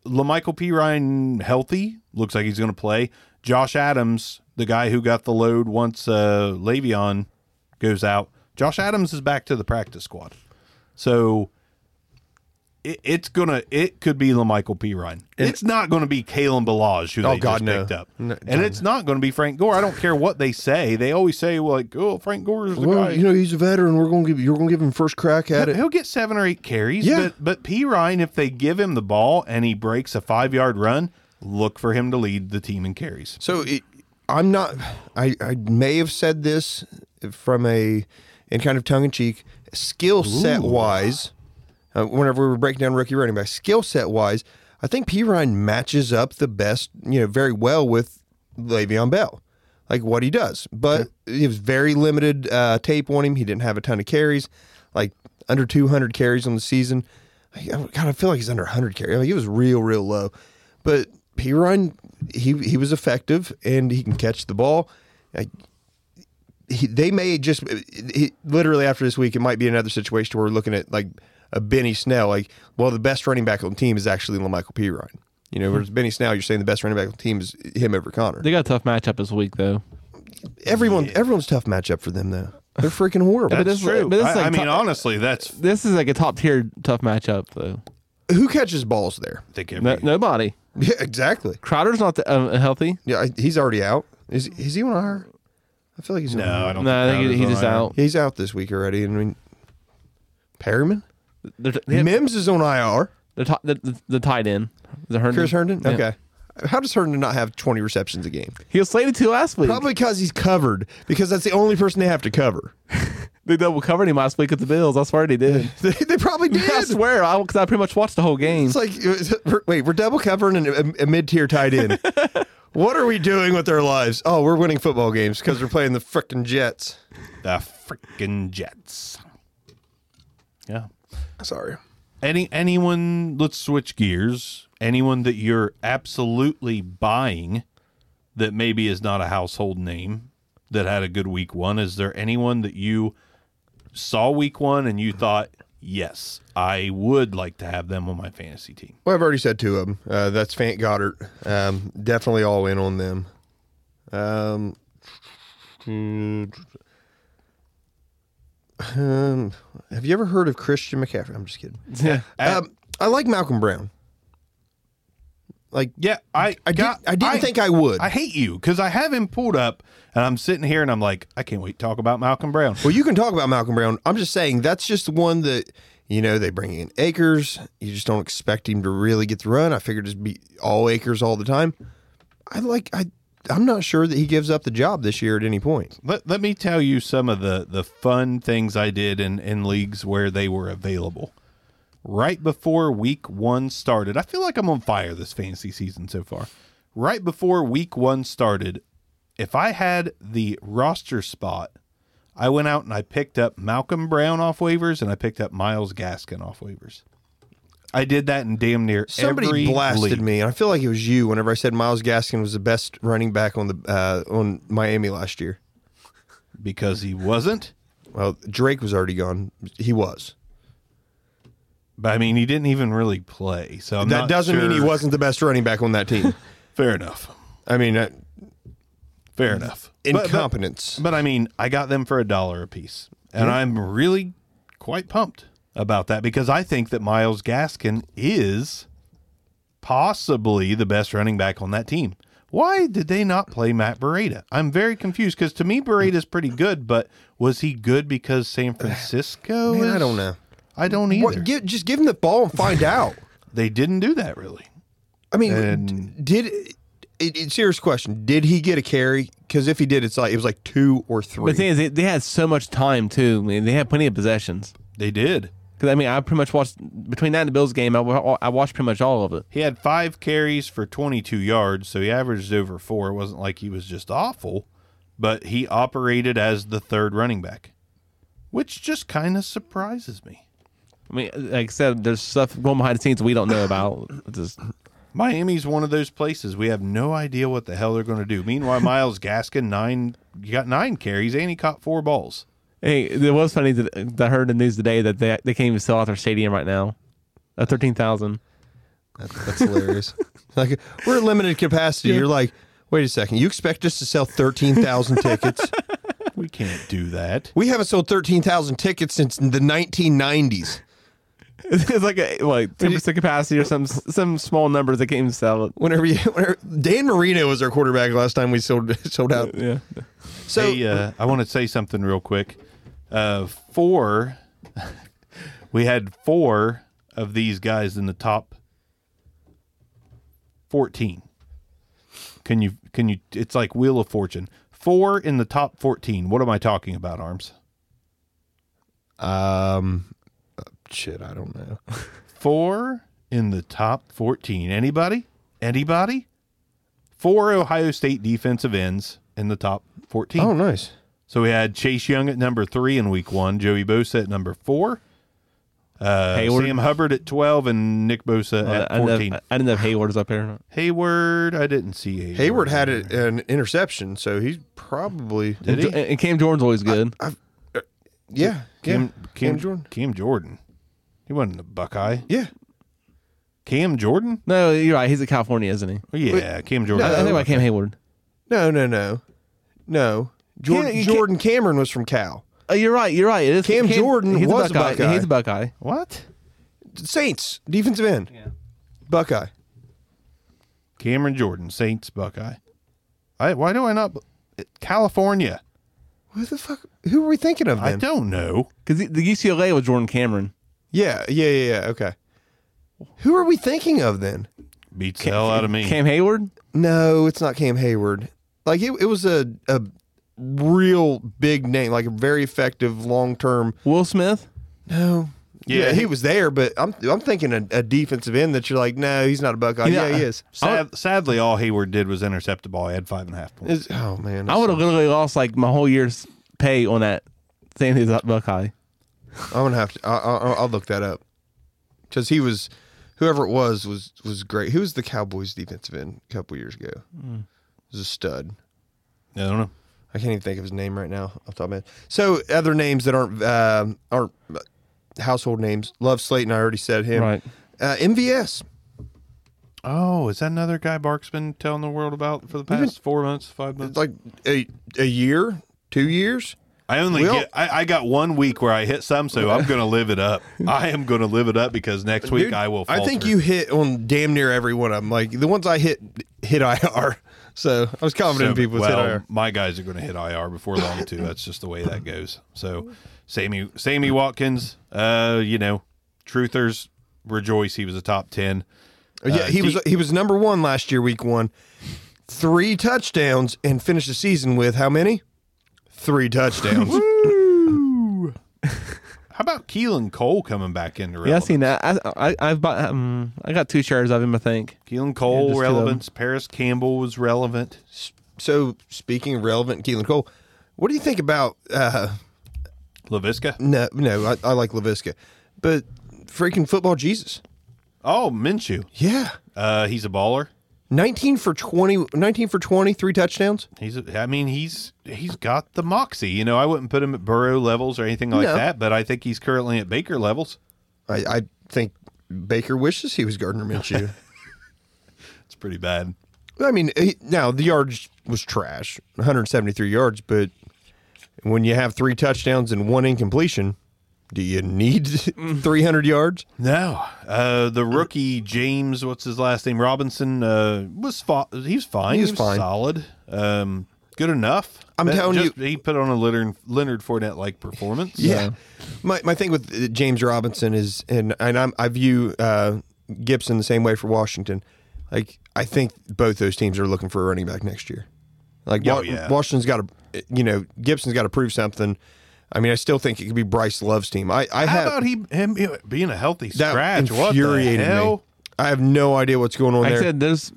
S1: Lamichael P. Ryan healthy looks like he's going to play. Josh Adams, the guy who got the load once uh, Le'Veon goes out, Josh Adams is back to the practice squad. So it, it's gonna, it could be Lamichael P. Ryan. It's not going to be Kalen Balaj who
S3: Oh,
S1: they
S3: God,
S1: just
S3: no.
S1: picked up,
S3: No,
S1: and it's not going to be Frank Gore. I don't care what they say. They always say like, "Oh, Frank Gore is the guy."
S3: know he's a veteran. We're gonna give you're gonna give him first crack at
S1: He'll get seven or eight carries.
S3: Yeah.
S1: But, but P. Ryan, if they give him the ball and he breaks a five yard run, look for him to lead the team in carries.
S3: So it, I'm not. I, I may have said this from a and kind of tongue in cheek, skill set wise. Uh, whenever we were breaking down rookie running back, skill set wise, I think P Ryan matches up the best, you know, very well with Le'Veon Bell, like what he does. But it was very limited uh, tape on him. He didn't have a ton of carries, like under 200 carries on the season. I, I- God, I feel like he's under 100 carries. I mean, he was real, real low. But P Ryan, he he was effective and he can catch the ball. Like, he, they may just uh, he, literally after this week, it might be another situation where we're looking at like a Benny Snell. Like, well, the best running back on the team is actually Lamichael P Ryan. You know, whereas Benny Snell, you're saying the best running back on the team is him over Connor.
S4: They got a tough matchup this week, though.
S3: Everyone, everyone's tough matchup for them though. They're freaking horrible.
S4: But this- but this
S1: I,
S4: is like
S1: I mean,
S4: top-
S1: honestly, that's I
S4: This is like a top tier tough matchup, though.
S3: Who catches balls there?
S1: think every,
S4: No, nobody.
S3: Yeah, exactly.
S4: Crowder's not the, um, healthy.
S3: Yeah, I, he's already out. Is is he on IR? I feel like he's on IR.
S1: No, I don't.
S4: No, I think
S1: Crowder's
S4: he, he's
S1: on
S4: just
S1: IR.
S4: out.
S3: He's out this week already. I mean, Perryman,
S4: They're, they have-
S3: Mims is on IR.
S4: they're ti- the, the, the tight end, the Herndon.
S3: Chris Herndon.
S4: Yeah.
S3: Okay. How does Herndon not have 20 receptions a game?
S4: He was slated to last week.
S3: Probably because he's covered. Because that's the only person they have to cover.
S4: They double covered him last week at the Bills. I swear they did.
S3: They, they probably did.
S4: I swear, I because I pretty much watched the whole game.
S3: It's like we're- wait, we're double covering an- a, a mid-tier tight end. what are we doing with our lives? Oh, we're winning football games because we're playing the frickin' Jets.
S1: The freaking Jets. Yeah.
S3: Sorry.
S1: Any anyone? Let's switch gears. Anyone that you're absolutely buying that maybe is not a household name that had a good week one. Is there anyone that you saw week one and you thought, yes, I would like to have them on my fantasy team?
S3: Well, I've already said two of them. Uh, that's Fant Goddard. Um, definitely all in on them. Um, um, have you ever heard of Christian McCaffrey? I'm just kidding.
S4: Yeah.
S3: Um, I like Malcolm Brown. Like
S1: Yeah, I
S3: I
S1: got.
S3: did, I didn't think I would.
S1: I hate you because I have him pulled up, and I'm sitting here and I'm like, I can't wait to talk about Malcolm Brown.
S3: well, you can talk about Malcolm Brown. I'm just saying that's just one that you know they bring in Acres. You just don't expect him to really get the run. I figured it'd be all Acres all the time. I like I. I'm not sure that he gives up the job this year at any point.
S1: Let, let me tell you some of the, the fun things I did in, in leagues where they were available. Right before week one started, I feel like I'm on fire this fantasy season so far. Right before week one started, if I had the roster spot, I went out and I picked up Malcolm Brown off waivers and I picked up Miles Gaskin off waivers. I did that in damn near
S3: Somebody
S1: every
S3: blasted
S1: league.
S3: me, and I feel like it was you. Whenever I said Miles Gaskin was the best running back on the uh, on Miami last year,
S1: because he wasn't.
S3: well, Drake was already gone. He was.
S1: But I mean, he didn't even really play. So I'm
S3: that
S1: not
S3: doesn't mean he
S1: sure.
S3: wasn't the best running back on that team.
S1: Fair enough.
S3: I mean, I,
S1: Fair enough. But- but-
S3: uh, Incompetence.
S1: But, I mean, I got them for a dollar a piece, and I'm really quite pumped about that because I think that Miles Gaskin is possibly the best running back on that team. Why did they not play Matt Burrata? I'm very confused because to me Burrata's pretty good, but was he good because San Francisco?
S3: Man,
S1: is-
S3: I don't know.
S1: I don't either.
S3: What, give, just give him the ball and find out.
S1: they didn't do that really.
S3: I mean,
S1: And-
S3: d- did it, it, serious question? Did he get a carry? Because if he did, it's like it was like two or three.
S4: But the thing is, they, they had so much time too. I mean, they had plenty of possessions.
S1: They did.
S4: Because I mean, I pretty much watched between that and the Bills game. I, wa- I watched pretty much all of it.
S1: He had five carries for 22 yards, so he averaged over four. It wasn't like he was just awful, but he operated as the third running back, which just kind of surprises me.
S4: I mean, like I said, there's stuff going behind the scenes we don't know about. It's just-
S1: Miami's one of those places we have no idea what the hell they're going to do. Meanwhile, Miles Gaskin nine he got nine carries and he caught four balls.
S4: hey, it was funny that, that I heard the news today that they they can't even sell out their stadium right now, uh, thirteen thousand.
S3: That's, that's hilarious. like we're at limited capacity. You're like, wait a second. You expect us to sell thirteen thousand tickets?
S1: We can't do that.
S3: We haven't sold thirteen thousand tickets since the 1990s.
S4: it's like a like ten percent capacity or some some small numbers that can't even sell it.
S3: Whenever, you, whenever Dan Marino was our quarterback last time we sold sold out.
S4: Yeah,
S3: So
S1: Hey, uh, I want to say something real quick. Uh, four, we had four of these guys in the top fourteen. Can you? Can you? It's like Wheel of Fortune. Four in the top fourteen. What am I talking about, Arms?
S3: um, shit, I don't know.
S1: Four in the top fourteen. Anybody? Anybody? Four Ohio State defensive ends in the top fourteen.
S3: Oh, nice.
S1: So we had Chase Young at number three in week one, Joey Bosa at number four, uh,
S4: Hayward.
S1: Sam Hubbard at 12, and Nick Bosa
S4: I, I
S1: at
S4: didn't
S1: 14.
S4: know, I didn't know if Hayward's up here. Or not.
S1: Hayward, I didn't see Hayward.
S3: Hayward had a, an interception, so he's probably
S1: Did he?
S4: And, and Cam Jordan's always good.
S3: yeah.
S1: Cam,
S3: yeah.
S1: Cam, Jordan. Cam Jordan. He wasn't a Buckeye.
S3: Yeah.
S1: Cam Jordan?
S4: no, you're right. He's at California, isn't he?
S1: Oh, yeah, Cam Jordan.
S4: I, I think about Cam Hayward.
S3: No, no, no, no. Jordan,
S4: Can't- you can't-
S3: Jordan Cameron was from Cal.
S4: Oh, you're right. You're right. It is
S3: Cam Jordan
S4: he's
S3: was a
S4: a Buckeye.
S3: Buckeye.
S4: He's a Buckeye.
S1: what?
S3: Saints defensive end. Buckeye.
S1: Cameron Jordan, Saints Buckeye. I, why do I not? California.
S3: Who the fuck? Who were we thinking of
S1: I
S3: then?
S1: don't know.
S4: Because the UCLA was Jordan Cameron.
S3: Yeah, yeah, yeah, yeah. Okay. Who are we thinking of then?
S1: Beats the hell out of me.
S4: Cam Hayward.
S3: No, it's not Cam Hayward. Like it, it was a a real big name, like a very effective long term.
S4: Will Smith.
S3: No.
S1: Yeah,
S3: Yeah,
S1: he-
S3: he was there, but I'm I'm thinking a, a defensive end that you're like, no, he's not a Buckeye.
S4: You know,
S3: Yeah, he is.
S1: Sad, sadly, all Hayward did was intercept the ball. He had five and a half points.
S3: Is- oh man,
S4: I would have literally lost like my whole year's pay on that saying he's a Buckeye.
S3: I'm gonna have to. I, I, I'll look that up because he was, whoever it was, was was great. Who was the Cowboys defensive end a couple years ago?
S4: Mm.
S3: It was a stud.
S1: I don't know.
S3: I can't even think of his name right now off the top of my head. So other names that aren't um aren't household names. Love Slayton. I already said him.
S4: Right.
S3: Uh, MVS.
S1: Oh, is that another guy Bark's been telling the world about for the past four months, five months?
S3: It's like a a year, two years.
S1: I only
S3: Well-
S1: get. I, I got one week where I hit some, so I'm gonna live it up. I am gonna live it up because next week
S3: Dude,
S1: I will.
S3: I
S1: Falter.
S3: think you hit on damn near every one of them. Like the ones I hit hit IR. So I was
S1: So,
S3: confident in people would hit
S1: well,
S3: IR.
S1: my guys are gonna hit IR before long too. That's just the way that goes. So, Sammy, Sammy Watkins. Uh, you know, truthers rejoice. He was a top ten.
S3: Yeah,
S1: Uh, D-
S3: he was he was number one last year, week one. Three touchdowns and finished the season with how many? Three touchdowns.
S1: How about Keelan Cole coming back into
S4: Yeah, I
S1: relevance?
S4: seen that. I I I've bought. Um, I got two shares of him. I think.
S1: Keelan
S4: Yeah,
S1: Cole
S4: just two of 'em.
S1: relevance. Paris Campbell was relevant.
S3: so speaking of relevant, Keelan Cole, what do you think about? Uh,
S1: Lavisca.
S3: no, no, I, I like Lavisca, but freaking football Jesus.
S1: Oh, Minshew.
S3: Yeah,
S1: Uh, he's a baller.
S3: nineteen for 20, 19 for twenty, three touchdowns.
S1: He's, a- I mean, he's he's got the moxie. You know, I wouldn't put him at Burrow levels or anything like
S3: No.
S1: that, but I think he's currently at Baker levels.
S3: I, I think Baker wishes he was Gardner Minshew.
S1: It's pretty bad.
S3: I mean, he, now the yards was trash, 173 yards, but when you have three touchdowns and one incompletion, do you need 300 yards?
S1: No, uh, the rookie James, what's his last name? Robinson uh, was fo- he was fine.
S3: He was fine.
S1: solid, um, good enough.
S3: I'm telling
S1: you, he put on a Leonard, Leonard Fournette like performance.
S3: Yeah. My, my thing with uh, James Robinson is, and, and I'm, I view uh, Gibson the same way for Washington. Like, I think both those teams are looking for a running back next year. Like,
S1: Oh,
S3: Wa-
S1: yeah.
S3: Washington's got to, you know, Gibson's got to prove something. I mean, I still think it could be Bryce Love's team. I, I
S1: How
S3: have
S1: about he him being a healthy
S3: that
S1: scratch?
S3: infuriated
S1: what the hell?
S3: me. I have no idea what's going on
S4: Like I
S3: there.
S4: said, there's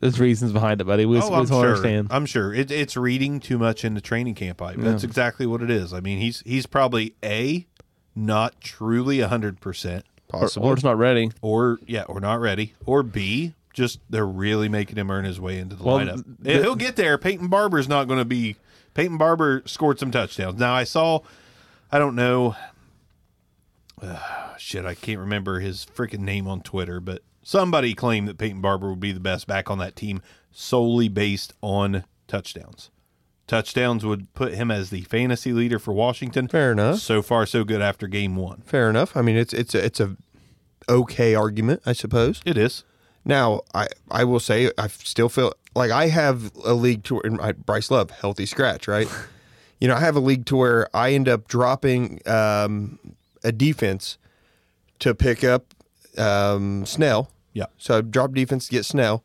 S4: there's reasons behind it, buddy. We, just-
S1: Oh,
S4: we
S1: I'm
S4: just don't
S1: sure.
S4: understand.
S1: I'm sure it, it's reading too much into training camp. I that's exactly what it is. I mean, he's he's probably a not truly hundred percent,
S4: Or, or it's not ready.
S1: or yeah, or not ready, or B just they're really making him earn his way into the
S4: Well,
S1: lineup.
S4: th-
S1: And he'll get there. Peyton Barber's not going to be. Peyton Barber scored some touchdowns. Now I saw, I don't know, uh, shit, I can't remember his freaking name on Twitter, but somebody claimed that Peyton Barber would be the best back on that team solely based on touchdowns. Touchdowns would put him as the fantasy leader for Washington.
S3: Fair enough.
S1: So far, so good after game one.
S3: Fair enough. I mean, it's it's a, it's a okay argument, I suppose.
S1: It is.
S3: Now, I I will say I still feel like I have a league to in my Bryce Love healthy scratch, right? you know, I have a league to where I end up dropping um, a defense to pick up um, Snell.
S1: Yeah.
S3: So I dropped defense to get Snell,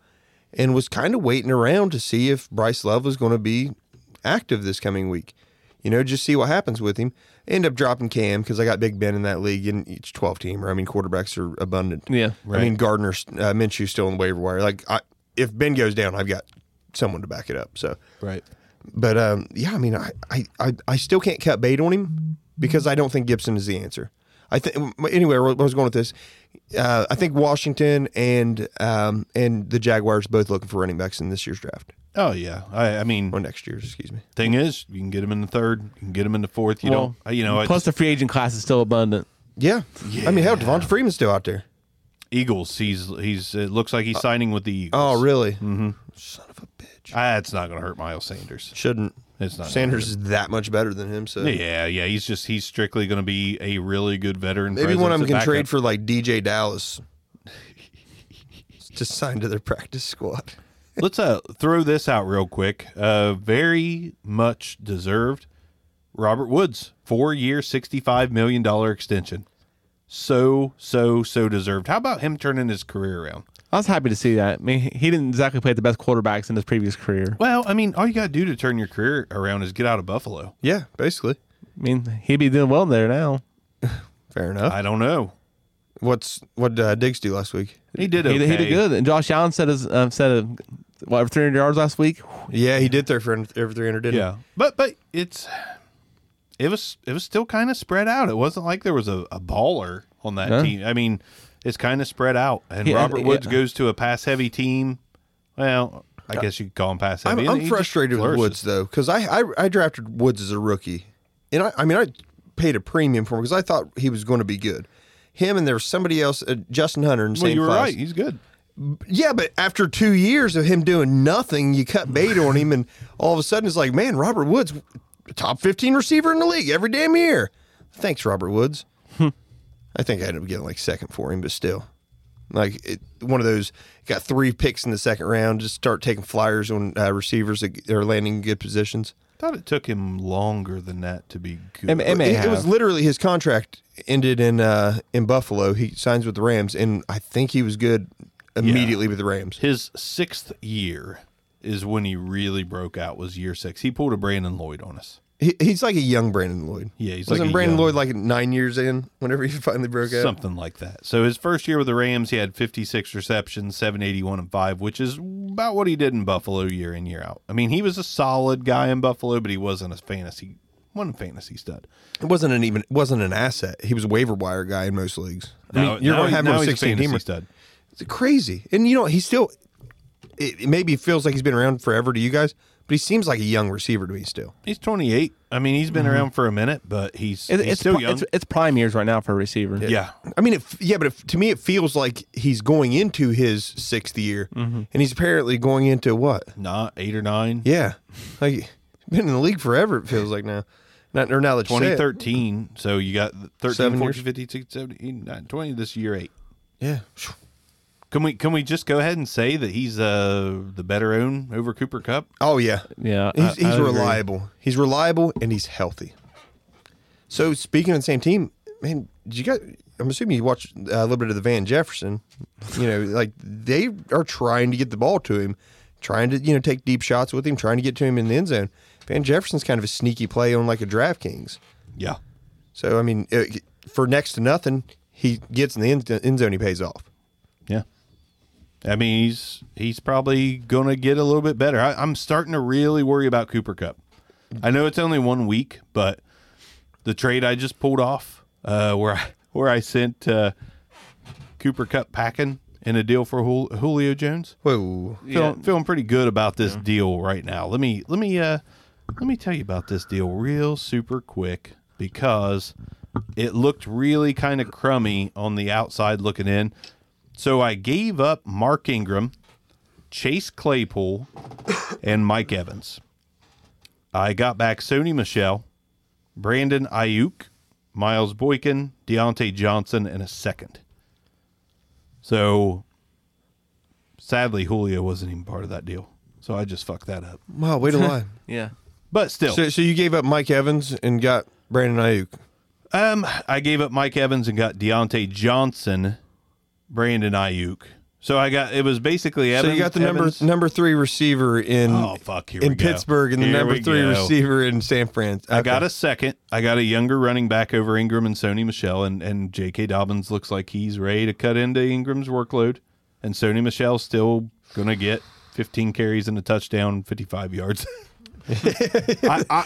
S3: and was kind of waiting around to see if Bryce Love was going to be active this coming week. You know, just see what happens with him. End up dropping Cam because I got Big Ben in that league, and each twelve teamer. I mean, quarterbacks are abundant.
S4: Yeah.
S1: Right.
S3: I mean, Gardner uh, Minshew's still on the waiver wire. Like, I, if Ben goes down, I've got someone to back it up. So,
S1: Right.
S3: but um, yeah, I mean, I, I, I, I still can't cut bait on him because I don't think Gibson is the answer. I think anyway, where I was going with this. Uh, I think Washington and um, and the Jaguars both looking for running backs in this year's draft
S1: Oh yeah. I, I mean,
S3: or next year's, excuse me.
S1: thing is, you can get him in the third, you can get him in the fourth. You
S4: Well,
S1: don't. uh, You know,
S4: plus
S1: it's-
S4: the free agent class is still abundant.
S3: Yeah, I mean, hell, Devonta Freeman's still out there.
S1: Eagles. He's he's. It looks like he's signing with the Eagles.
S3: Uh, Oh, really?
S1: Ah, it's not going to hurt Miles Sanders.
S3: Shouldn't
S1: It's not.
S3: Sanders is that much better than him? So
S1: Yeah, yeah. He's just he's strictly going to be a really good veteran.
S3: Maybe one of
S1: presence
S3: them can
S1: at
S3: trade
S1: backup.
S3: for like DJ Dallas. Just sign to their practice squad.
S1: Let's uh, throw this out real quick. Uh, very much deserved. Robert Woods, four year, sixty five million dollar extension. So so so deserved. How about him turning his career around?
S4: I was happy to see that. I mean, he didn't exactly play the best quarterbacks in his previous career.
S1: Well, I mean, all you got to do to turn your career around is get out of Buffalo.
S3: Yeah, basically.
S4: I mean, he'd be doing well there now.
S3: Fair enough.
S1: I don't know.
S3: What's what did uh, Diggs do last week?
S1: He did okay.
S4: He, he did good. And Josh Allen said his um, said a, what over 300 yards last week.
S3: Yeah, he did throw for over 300, didn't
S1: Yeah, but but it's it was it was still kind of spread out. It wasn't like there was a, a baller on that
S4: Yeah.
S1: team. I mean, it's kind of spread out. And
S4: Yeah,
S1: Robert Woods
S4: yeah.
S1: goes to a pass heavy team. Well, I guess you could call him pass
S3: he?
S1: heavy.
S3: I'm,
S1: and
S3: I'm
S1: he just
S3: frustrated with
S1: flourishes.
S3: Woods though because I, I I drafted Woods as a rookie, and I I mean I paid a premium for him because I thought he was going to be good. Him and there was somebody else, uh, Justin Hunter, in the
S1: Well,
S3: same
S1: you were
S3: class.
S1: right. He's good.
S3: Yeah, but after two years of him doing nothing, you cut bait on him, and all of a sudden it's like, man, Robert Woods, top 15 receiver in the league every damn year. Thanks, Robert Woods. I think I ended up getting like second for him, but still. Like it, one of those, got three picks in the second round, just start taking flyers on uh, receivers that are landing in good positions.
S1: Thought it took him longer than that to be good.
S4: It- it may
S3: It, it was
S4: have.
S3: literally his contract ended in uh, in Buffalo. He signs with the Rams, and I think he was good immediately with the Rams.
S1: His sixth year is when he really broke out. Was year six. He pulled a Brandon Lloyd on us.
S3: He, he's like a young Brandon Lloyd.
S1: Yeah, he's like
S3: wasn't
S1: a
S3: Brandon
S1: young-
S3: Lloyd like nine years in whenever he finally broke out.
S1: Something like that. So his first year with the Rams, he had 56 receptions, 781 and 5, which is about what he did in Buffalo year in year out. I mean, he was a solid guy in Buffalo, but he wasn't a fantasy wasn't a fantasy stud.
S3: It wasn't an even it wasn't an asset. He was a waiver wire guy in most leagues. I mean,
S1: Now-
S3: you're
S1: now
S3: gonna
S1: he-
S3: have him
S1: now
S3: on a
S1: he's a
S3: 16
S1: fantasy
S3: teamer.
S1: stud.
S3: It's crazy, and you know he's still. It, it maybe feels like he's been around forever to you guys, but he seems like a young receiver to me still.
S1: He's 28. I mean, he's been around for a minute, but he's,
S4: Mm-hmm. It,
S1: he's
S4: it's,
S1: still
S4: pri-
S1: young.
S4: it's it's prime years right now for a receiver.
S1: yeah.
S3: I mean, it, f- yeah, but if, to me, it feels like he's going into his sixth year,
S1: Mm-hmm.
S3: and he's apparently going into what?
S1: Not eight or nine.
S3: Yeah, like he's been in the league forever. It feels like now, not or now that you say it.
S1: 2013. So you got 13,
S3: Seven
S1: 14,
S3: years.
S1: 15, 16, 17, 19, 20 this year, eight.
S3: Yeah,
S1: Can we can we just go ahead and say that he's uh, the better own over Cooper Cup?
S3: oh yeah,
S4: Yeah, I-
S3: He's,
S4: I
S3: he's
S4: would agree.
S3: reliable. He's reliable and he's healthy. So speaking of the same team, man, did you guys? I'm assuming you watched uh, a little bit of the Van Jefferson. You know, like they are trying to get the ball to him, trying to you know take deep shots with him, trying to get to him in the end zone. Van Jefferson's kind of a sneaky play on like a DraftKings.
S1: Yeah.
S3: So I mean, it, for next to nothing, he gets in the end, end zone. He pays off.
S1: Yeah. I mean, he's he's probably going to get a little bit better. I, I'm starting to really worry about Cooper Cup. I know it's only one week, but the trade I just pulled off, uh, where I where I sent uh, Cooper Cup packing in a deal for Jul- Julio Jones,
S3: Whoa.
S1: feeling, feeling pretty good about this deal right now. Let me let me uh, let me tell you about this deal real super quick because it looked really kind of crummy on the outside looking in. So I gave up Mark Ingram, Chase Claypool, and Mike Evans. I got back Sony Michelle, Brandon Ayuk, Miles Boykin, Deontay Johnson, and a second. So sadly, Julio wasn't even part of that deal. So I just fucked that up.
S3: Wow, wait a lie.
S4: Yeah,
S1: But still,
S3: So, so you gave up Mike Evans and got Brandon Ayuk.
S1: um, I gave up Mike Evans and got Deontay Johnson, Brandon Ayuk. So I got it was basically Evans.
S3: So you got the number
S1: Evans-
S3: number three receiver in
S1: Oh, fuck, here
S3: in
S1: we go.
S3: Pittsburgh and the
S1: Here
S3: number
S1: we
S3: three
S1: go.
S3: receiver in San Fran.
S1: I got a second. I got a younger running back over Ingram and Sony Michelle, and, and J.K. Dobbins looks like he's ready to cut into Ingram's workload. And Sony Michelle's still going to get 15 carries and a touchdown, 55 yards. I, I,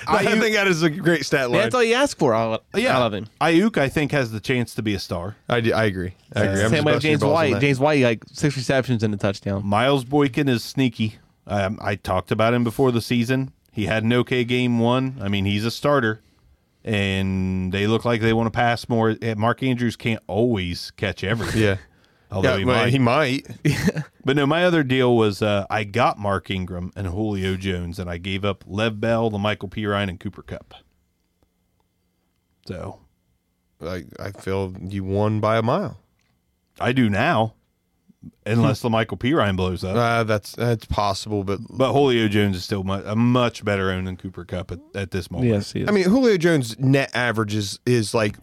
S3: I
S1: Ayuk-
S3: think that is a great stat line.
S4: that's all you ask for. I, lo-
S1: yeah,
S4: I love him.
S1: Ayuk, I think, has the chance to be a star.
S3: I, do- I agree. I agree. I'm just
S4: Same way with
S3: busting
S4: James
S3: your balls on
S4: White.
S3: that.
S4: James White like six receptions and a touchdown.
S1: Miles Boykin is sneaky. Um, I talked about him before the season. He had an okay game one. I mean, he's a starter, and they look like they want to pass more. Eh, Mark Andrews can't always catch everything.
S3: Yeah.
S1: although
S3: Yeah,
S1: he
S3: well,
S1: might.
S3: he might.
S1: But no, my other deal was uh, I got Mark Ingram and Julio Jones, and I gave up Lev Bell, the Michael P. Ryan, and Cooper Cup. So
S3: Like, I feel you won by a mile.
S1: I do now, unless the Michael P. Ryan blows up.
S3: Uh, that's that's possible, but
S1: But Julio Jones is still mu a much better own than Cooper Cup at, at this moment.
S4: Yes, he is.
S3: I mean Julio Jones' net average is is like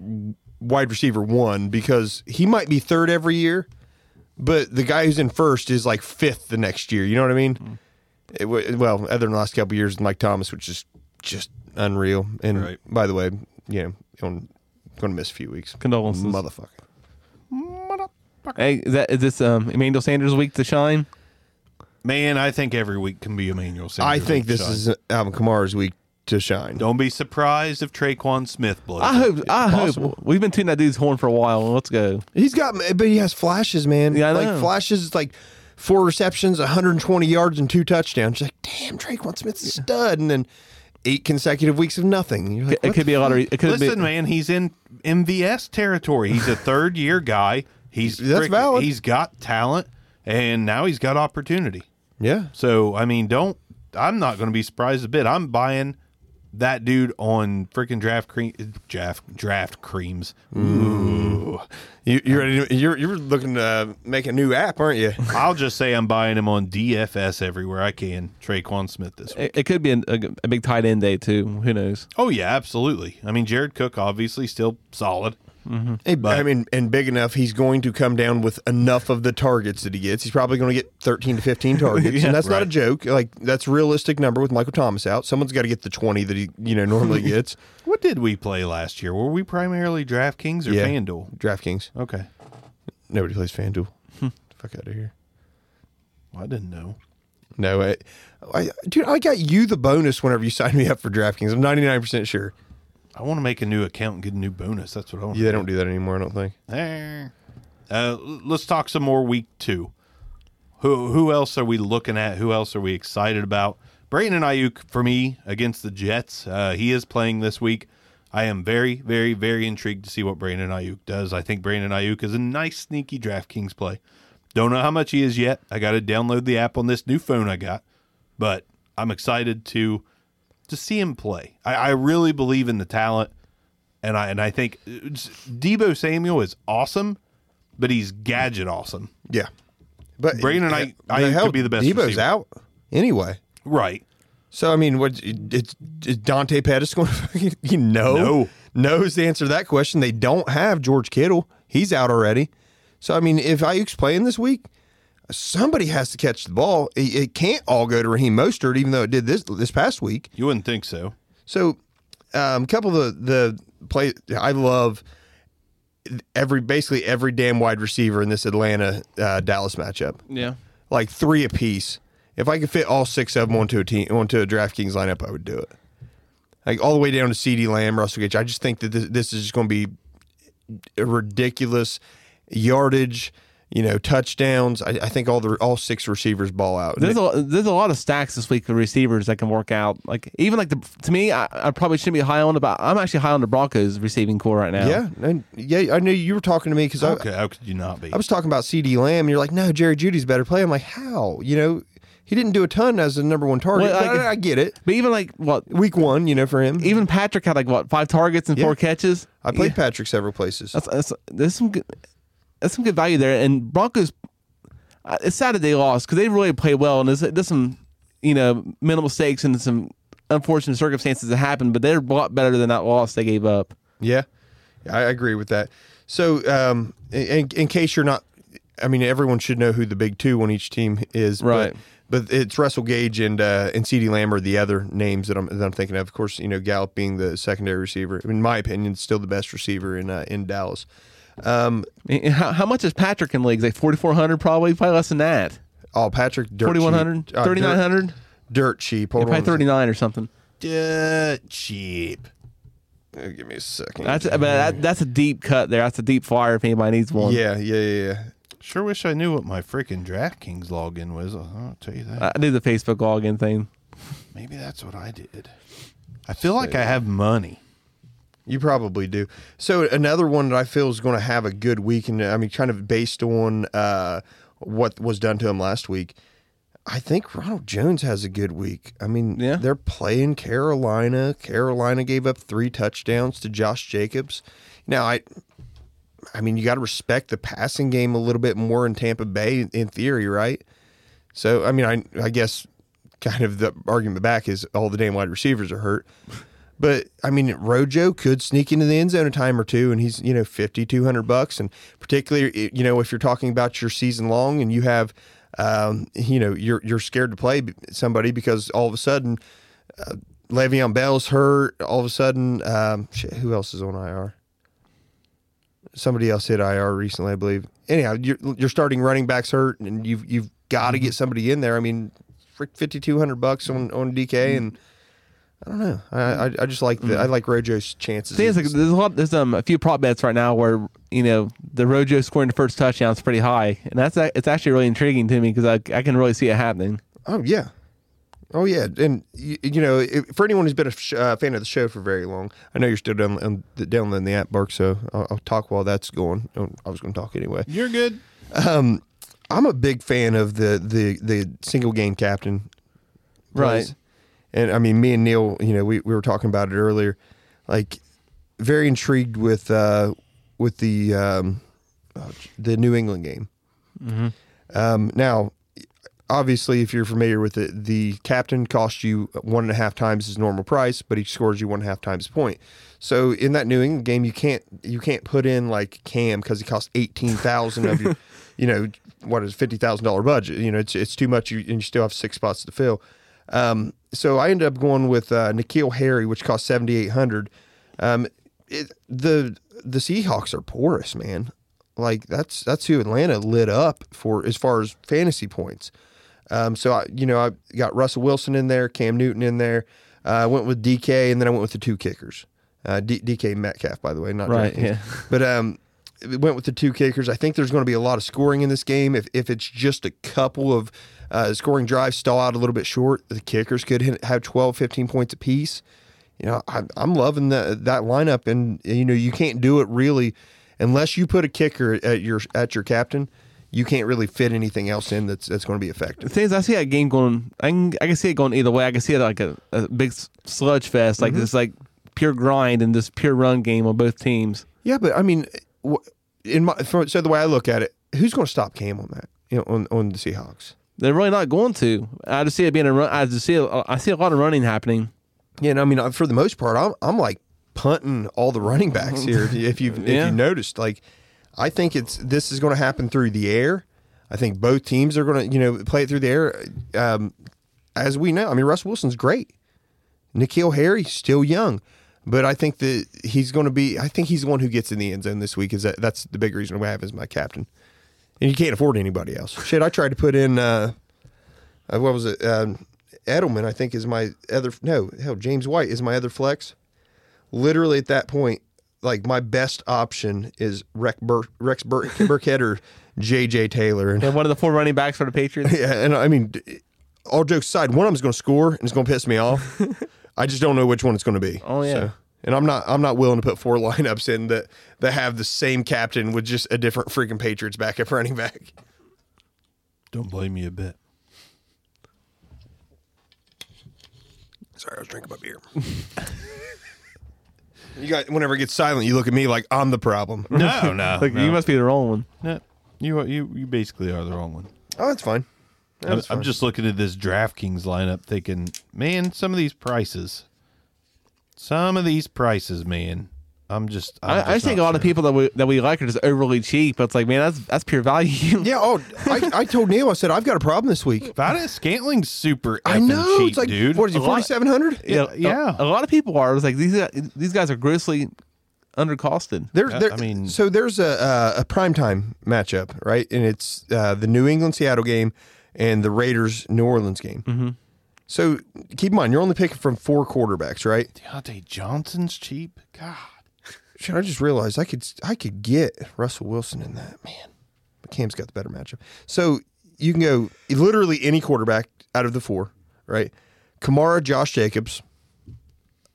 S3: wide receiver one because he might be third every year, but the guy who's in first is like fifth the next year. You know what I mean?
S1: Mm-hmm.
S3: It wa- well, other than the last couple of years, Mike Thomas, which is just unreal. And
S1: Right.
S3: by the way, you know, I'm going to miss a few weeks.
S4: Condolences.
S3: motherfucker.
S4: Hey, is, that, is this um, Emmanuel Sanders' week to shine?
S1: Man, I think every week can be Emmanuel Sanders.
S3: I think
S1: week,
S3: this
S1: Sean.
S3: is Alvin Kamara's week to shine.
S1: Don't be surprised if Traquan Smith blows.
S4: I
S1: up.
S4: hope. I
S3: possible.
S4: hope we've been tuning that dude's horn for a while. Let's go.
S3: He's got, but he has flashes, man.
S4: Yeah, I
S3: like
S4: know.
S3: flashes, it's like four receptions, 120 yards, and two touchdowns. You're like, damn, Drake Smith's a stud, and then eight consecutive weeks of nothing. You're like,
S4: It could be a lottery. It could be.
S1: Listen, man, he's in MVS territory. He's a third year guy. He's
S3: That's
S1: frick-
S3: valid.
S1: He's got talent, and now he's got opportunity.
S3: yeah,
S1: So I mean, don't. I'm not going to be surprised a bit. I'm buying that dude on freaking draft cream, draft draft creams. Ooh.
S3: you, you're ready. To, you're you're looking to uh, make a new app, aren't you?
S1: I'll just say I'm buying him on DFS everywhere I can. Traquan Smith this week.
S4: It, it could be a, a, a big tight end day too. Who knows?
S1: Oh yeah, absolutely. I mean, Jared Cook obviously still solid.
S3: Hey, I mean, and big enough, he's going to come down with enough of the targets that he gets. He's probably going to get 13 to 15 targets, and that's not a joke. Like that's a realistic number with Michael Thomas out. Someone's got to get the 20 that he you know normally gets.
S1: What did we play last year? Were we primarily DraftKings or
S3: Yeah.
S1: FanDuel?
S3: DraftKings.
S1: Okay.
S3: Nobody plays FanDuel. Fuck out of here.
S1: Well, I didn't know.
S3: No, I, I, dude, I got you the bonus whenever you signed me up for DraftKings. I'm 99 percent sure.
S1: I want to make a new account and get a new bonus. That's what I want.
S3: Yeah, they don't do that anymore. I don't think.
S1: Eh. Uh, l- let's talk some more week two. Who who else are we looking at? Who else are we excited about? Brayton and Ayuk for me against the Jets. Uh, he is playing this week. I am very, very, very intrigued to see what Brandon Ayuk does. I think Brandon Ayuk is a nice, sneaky DraftKings play. Don't know how much he is yet. I got to download the app on this new phone I got, but I'm excited to to see him play. I, I really believe in the talent, and I and I think it's- Debo Samuel is awesome, but he's gadget awesome.
S3: Yeah, but
S1: Brandon Ayuk-
S3: I
S1: Ayuk could be the best
S3: Debo's
S1: receiver.
S3: out anyway.
S1: Right.
S3: So I mean, what it's, is Dante Pettis going? to You know, no, knows the answer to that question. They don't have George Kittle. He's out already. So I mean, if Ayuk's playing this week, somebody has to catch the ball. It, it can't all go to Raheem Mostert, even though it did this this past week.
S1: You wouldn't think so.
S3: So, a um, couple of the, the play I love every basically every damn wide receiver in this Atlanta uh, Dallas matchup
S4: Yeah.
S3: like three apiece. If I could fit all six of them onto a team onto a DraftKings lineup, I would do it. Like all the way down to C.D. Lamb, Russell Gage. I just think that this, this is just going to be a ridiculous yardage. You know, touchdowns. I, I think all the all six receivers ball out.
S4: There's a there's a lot of stacks this week for receivers that can work out. Like even like the to me, I, I probably shouldn't be high on about. I'm actually high on the Broncos receiving core right now.
S3: yeah, and yeah. I knew you were talking to me because I,
S1: Okay, how could you not be?
S3: I was talking about CD Lamb, and you're like, no, Jerry Judy's a better play. I'm like, how? You know, he didn't do a ton as the number one target.
S4: Well, I-
S3: but I, I get it.
S4: But even like what
S3: Week one, you know, for him,
S4: even Patrick had like what five targets and
S3: Yeah.
S4: four catches.
S3: I played
S4: Yeah.
S3: Patrick several places.
S4: That's, that's there's some good, that's some good value there. And Broncos, uh, it's sad that they lost because they really played well, and there's, there's some you know minimal mistakes and some unfortunate circumstances that happened, but they're a lot better than that loss they gave up.
S3: Yeah, I agree with that. So, um, in, in case you're not, I mean, everyone should know who the big two on each team is, but-
S4: Right.
S3: But, it's Russell Gage and uh, and Ceedee Lamb are the other names that I'm that I'm thinking of. Of course, you know Gallup being the secondary receiver, in my opinion, still the best receiver in uh, in Dallas.
S4: Eh, How, how much is Patrick in leagues? Like 4,400 probably, probably less than that.
S3: Oh, Patrick, dirt
S4: 4,100,
S3: cheap. Uh, dirt-
S4: 3,900,
S3: dirt cheap. Hold
S4: probably
S3: on, a second.
S4: 39 or something.
S1: Uh, cheap.
S3: Uh, Give me a second.
S4: That's but that, that's a deep cut there. That's a deep flyer if anybody needs one.
S3: yeah, yeah, yeah, yeah.
S1: Sure wish I knew what my freaking DraftKings login was. Uh, I'll tell you that.
S4: I did the Facebook login thing.
S1: Maybe that's what I did. I feel like I have money.
S3: You probably do. So another one that I feel is going to have a good week, and I mean, kind of based on uh, what was done to him last week, I think Ronald Jones has a good week. I mean,
S4: Yeah.
S3: they're playing Carolina. Carolina gave up three touchdowns to Josh Jacobs. Now, I, I mean, you got to respect the passing game a little bit more in Tampa Bay, in theory, right? So, I mean, I, I guess kind of the argument back is all the damn wide receivers are hurt. But I mean, Rojo could sneak into the end zone a time or two, and he's you know fifty two hundred bucks, and particularly you know if you're talking about your season long and you have, um, you know you're you're scared to play somebody because all of a sudden, uh, Le'Veon Bell's hurt. All of a sudden, um, shit, who else is on IR? Somebody else hit IR recently, I believe. Anyhow, you're, you're starting running backs hurt, and you've you've got to get somebody in there. I mean, fifty two hundred bucks on on DK and. I don't know. I I, I just like the I like Rojo's chances.
S4: Thing is, like, there's a lot. There's um a few prop bets right now where you know the Rojo scoring the first touchdown is pretty high, and that's a- it's actually really intriguing to me because I, I can really see it happening.
S3: oh yeah, oh yeah. And you, you know, if, for anyone who's been a sh- uh, fan of the show for very long, I know you're still down on the, downloading the app, Bark. So I'll, I'll talk while that's going. Oh, I was going to talk anyway.
S1: You're good.
S3: I'm a big fan of the the the single game captain plays.
S4: Right.
S3: And I mean, me and Neil, you know, we, we were talking about it earlier. Like, very intrigued with uh, with the um, oh, j- the New England game. Um, now, obviously, if you're familiar with it, the captain costs you one and a half times his normal price, but he scores you one and a half times point. So in that New England game, you can't you can't put in like Cam because he costs eighteen thousand of your, you know, what is fifty thousand dollar budget? You know, it's it's too much, you, and you still have six spots to fill. Um, so I ended up going with uh, Nikhil Harry, which cost seventy eight hundred. Um, it, the the Seahawks are porous, man. Like that's that's who Atlanta lit up for as far as fantasy points. Um, so I, you know, I got Russell Wilson in there, Cam Newton in there. Uh, I went with DK, and then I went with the two kickers, uh, D- DK Metcalf, by the way, not
S4: Right,
S3: DraftKings.
S4: yeah.
S3: But um, it went with the two kickers. I think there's going to be a lot of scoring in this game. If, if it's just a couple of uh, scoring drives stall out a little bit short, the kickers could hit, have 12, 15 points apiece. You know, I, I'm loving that that lineup, and you know you can't do it really unless you put a kicker at your at your captain. You can't really fit anything else in that's that's going to be effective.
S4: The thing is, I see that game going. I can, I can see it going either way. I can see it like a, a big s- sludge fest,
S3: Mm-hmm.
S4: like this, like pure grind and this pure run game on both teams.
S3: Yeah, but I mean, wh- in my from, so the way I look at it, who's going to stop Cam on that? You know, on on the Seahawks.
S4: They're really not going to. I just see it being a run. I just see. A, I see a lot of running happening.
S3: Yeah, and I mean, I- for the most part, I'm I'm like punting all the running backs here. If you if you if
S4: Yeah.
S3: you noticed, like, I think it's this is going to happen through the air. I think both teams are going to you know play it through the air. Um, as we know, I mean, Russ Wilson's great. Nikhil Harry still young, but I think that he's going to be. I think he's the one who gets in the end zone this week. Is that that's the big reason why I have him as my captain. And you can't afford anybody else. Shit, I tried to put in. Uh, uh, what was it? Um, Edelman, I think, is my other. No, hell, James White is my other flex. Literally at that point, like my best option is Rex, Bur- Rex Bur- Burkhead or J.J. Taylor, and
S4: And one of the four running backs for the Patriots.
S3: yeah, and I mean, d- all jokes aside, one of them's going to score and it's going to piss me off. I just don't know which one it's going to be.
S4: Oh, yeah.
S3: and I'm not I'm not willing to put four lineups in that that have the same captain with just a different freaking Patriots backup running back.
S1: Don't blame me a bit.
S3: Sorry, I was drinking my beer. you guys, whenever it gets silent, you look at me like I'm the problem.
S1: No, no,
S4: Like you must be the wrong one.
S1: no. You are- you you basically are the wrong one.
S3: Oh, that's fine.
S1: I'm, I'm just looking at this DraftKings lineup, thinking, man, some of these prices, some of these prices, man. I'm just. I'm
S4: I, I just think a lot of people that we that we like are just overly cheap. But it's like, man, that's that's pure value.
S3: Yeah. Oh, I, I told Neil. I said I've got a problem this week.
S1: Valdez Scantling's super.
S3: I
S1: effing
S3: know.
S1: cheap,
S3: it's like
S1: dude.
S3: what is it?
S4: lot-
S3: Forty seven hundred.
S4: yeah,
S1: yeah.
S4: A, a lot of people are. It's like these guys- these guys are grossly undercosted.
S3: There,
S1: Yeah,
S3: there,
S1: I mean-
S3: so there's a uh, a primetime matchup, right? And it's uh, the New England Seattle game and the Raiders New Orleans game. Mm-hmm. So keep in mind, you're only picking from four quarterbacks, right?
S1: Deontay Johnson's cheap. God.
S3: Should I just realize I could I could get Russell Wilson in that man? But Cam's got the better matchup. So you can go literally any quarterback out of the four, right? Kamara, Josh Jacobs.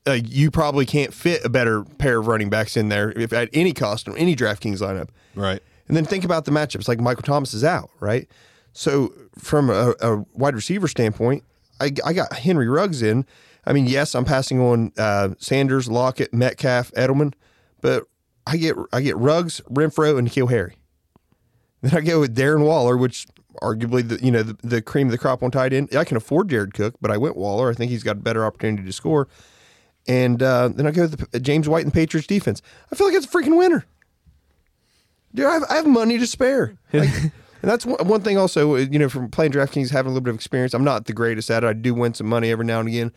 S3: Uh, you probably can't fit a better pair of running backs in there if at any cost on any DraftKings lineup.
S1: Right.
S3: And then think about the matchups. Like Michael Thomas is out, right? So from a, a wide receiver standpoint, I, I got Henry Ruggs in. I mean, yes, I'm passing on uh, Sanders, Lockett, Metcalf, Edelman, but I get I get Ruggs, Renfro, and Nikhil Harry. Then I go with Darren Waller, which arguably the you know the, the cream of the crop on tight end. I can afford Jared Cook, but I went Waller. I think he's got a better opportunity to score. And uh, then I go with the, James White and Patriots defense. I feel like it's a freaking winner dude, I have, I have money to spare. Like, and that's one, one thing also, uh, you know, from playing DraftKings, having a little bit of experience. I'm not the greatest at it. I do win some money every now and again,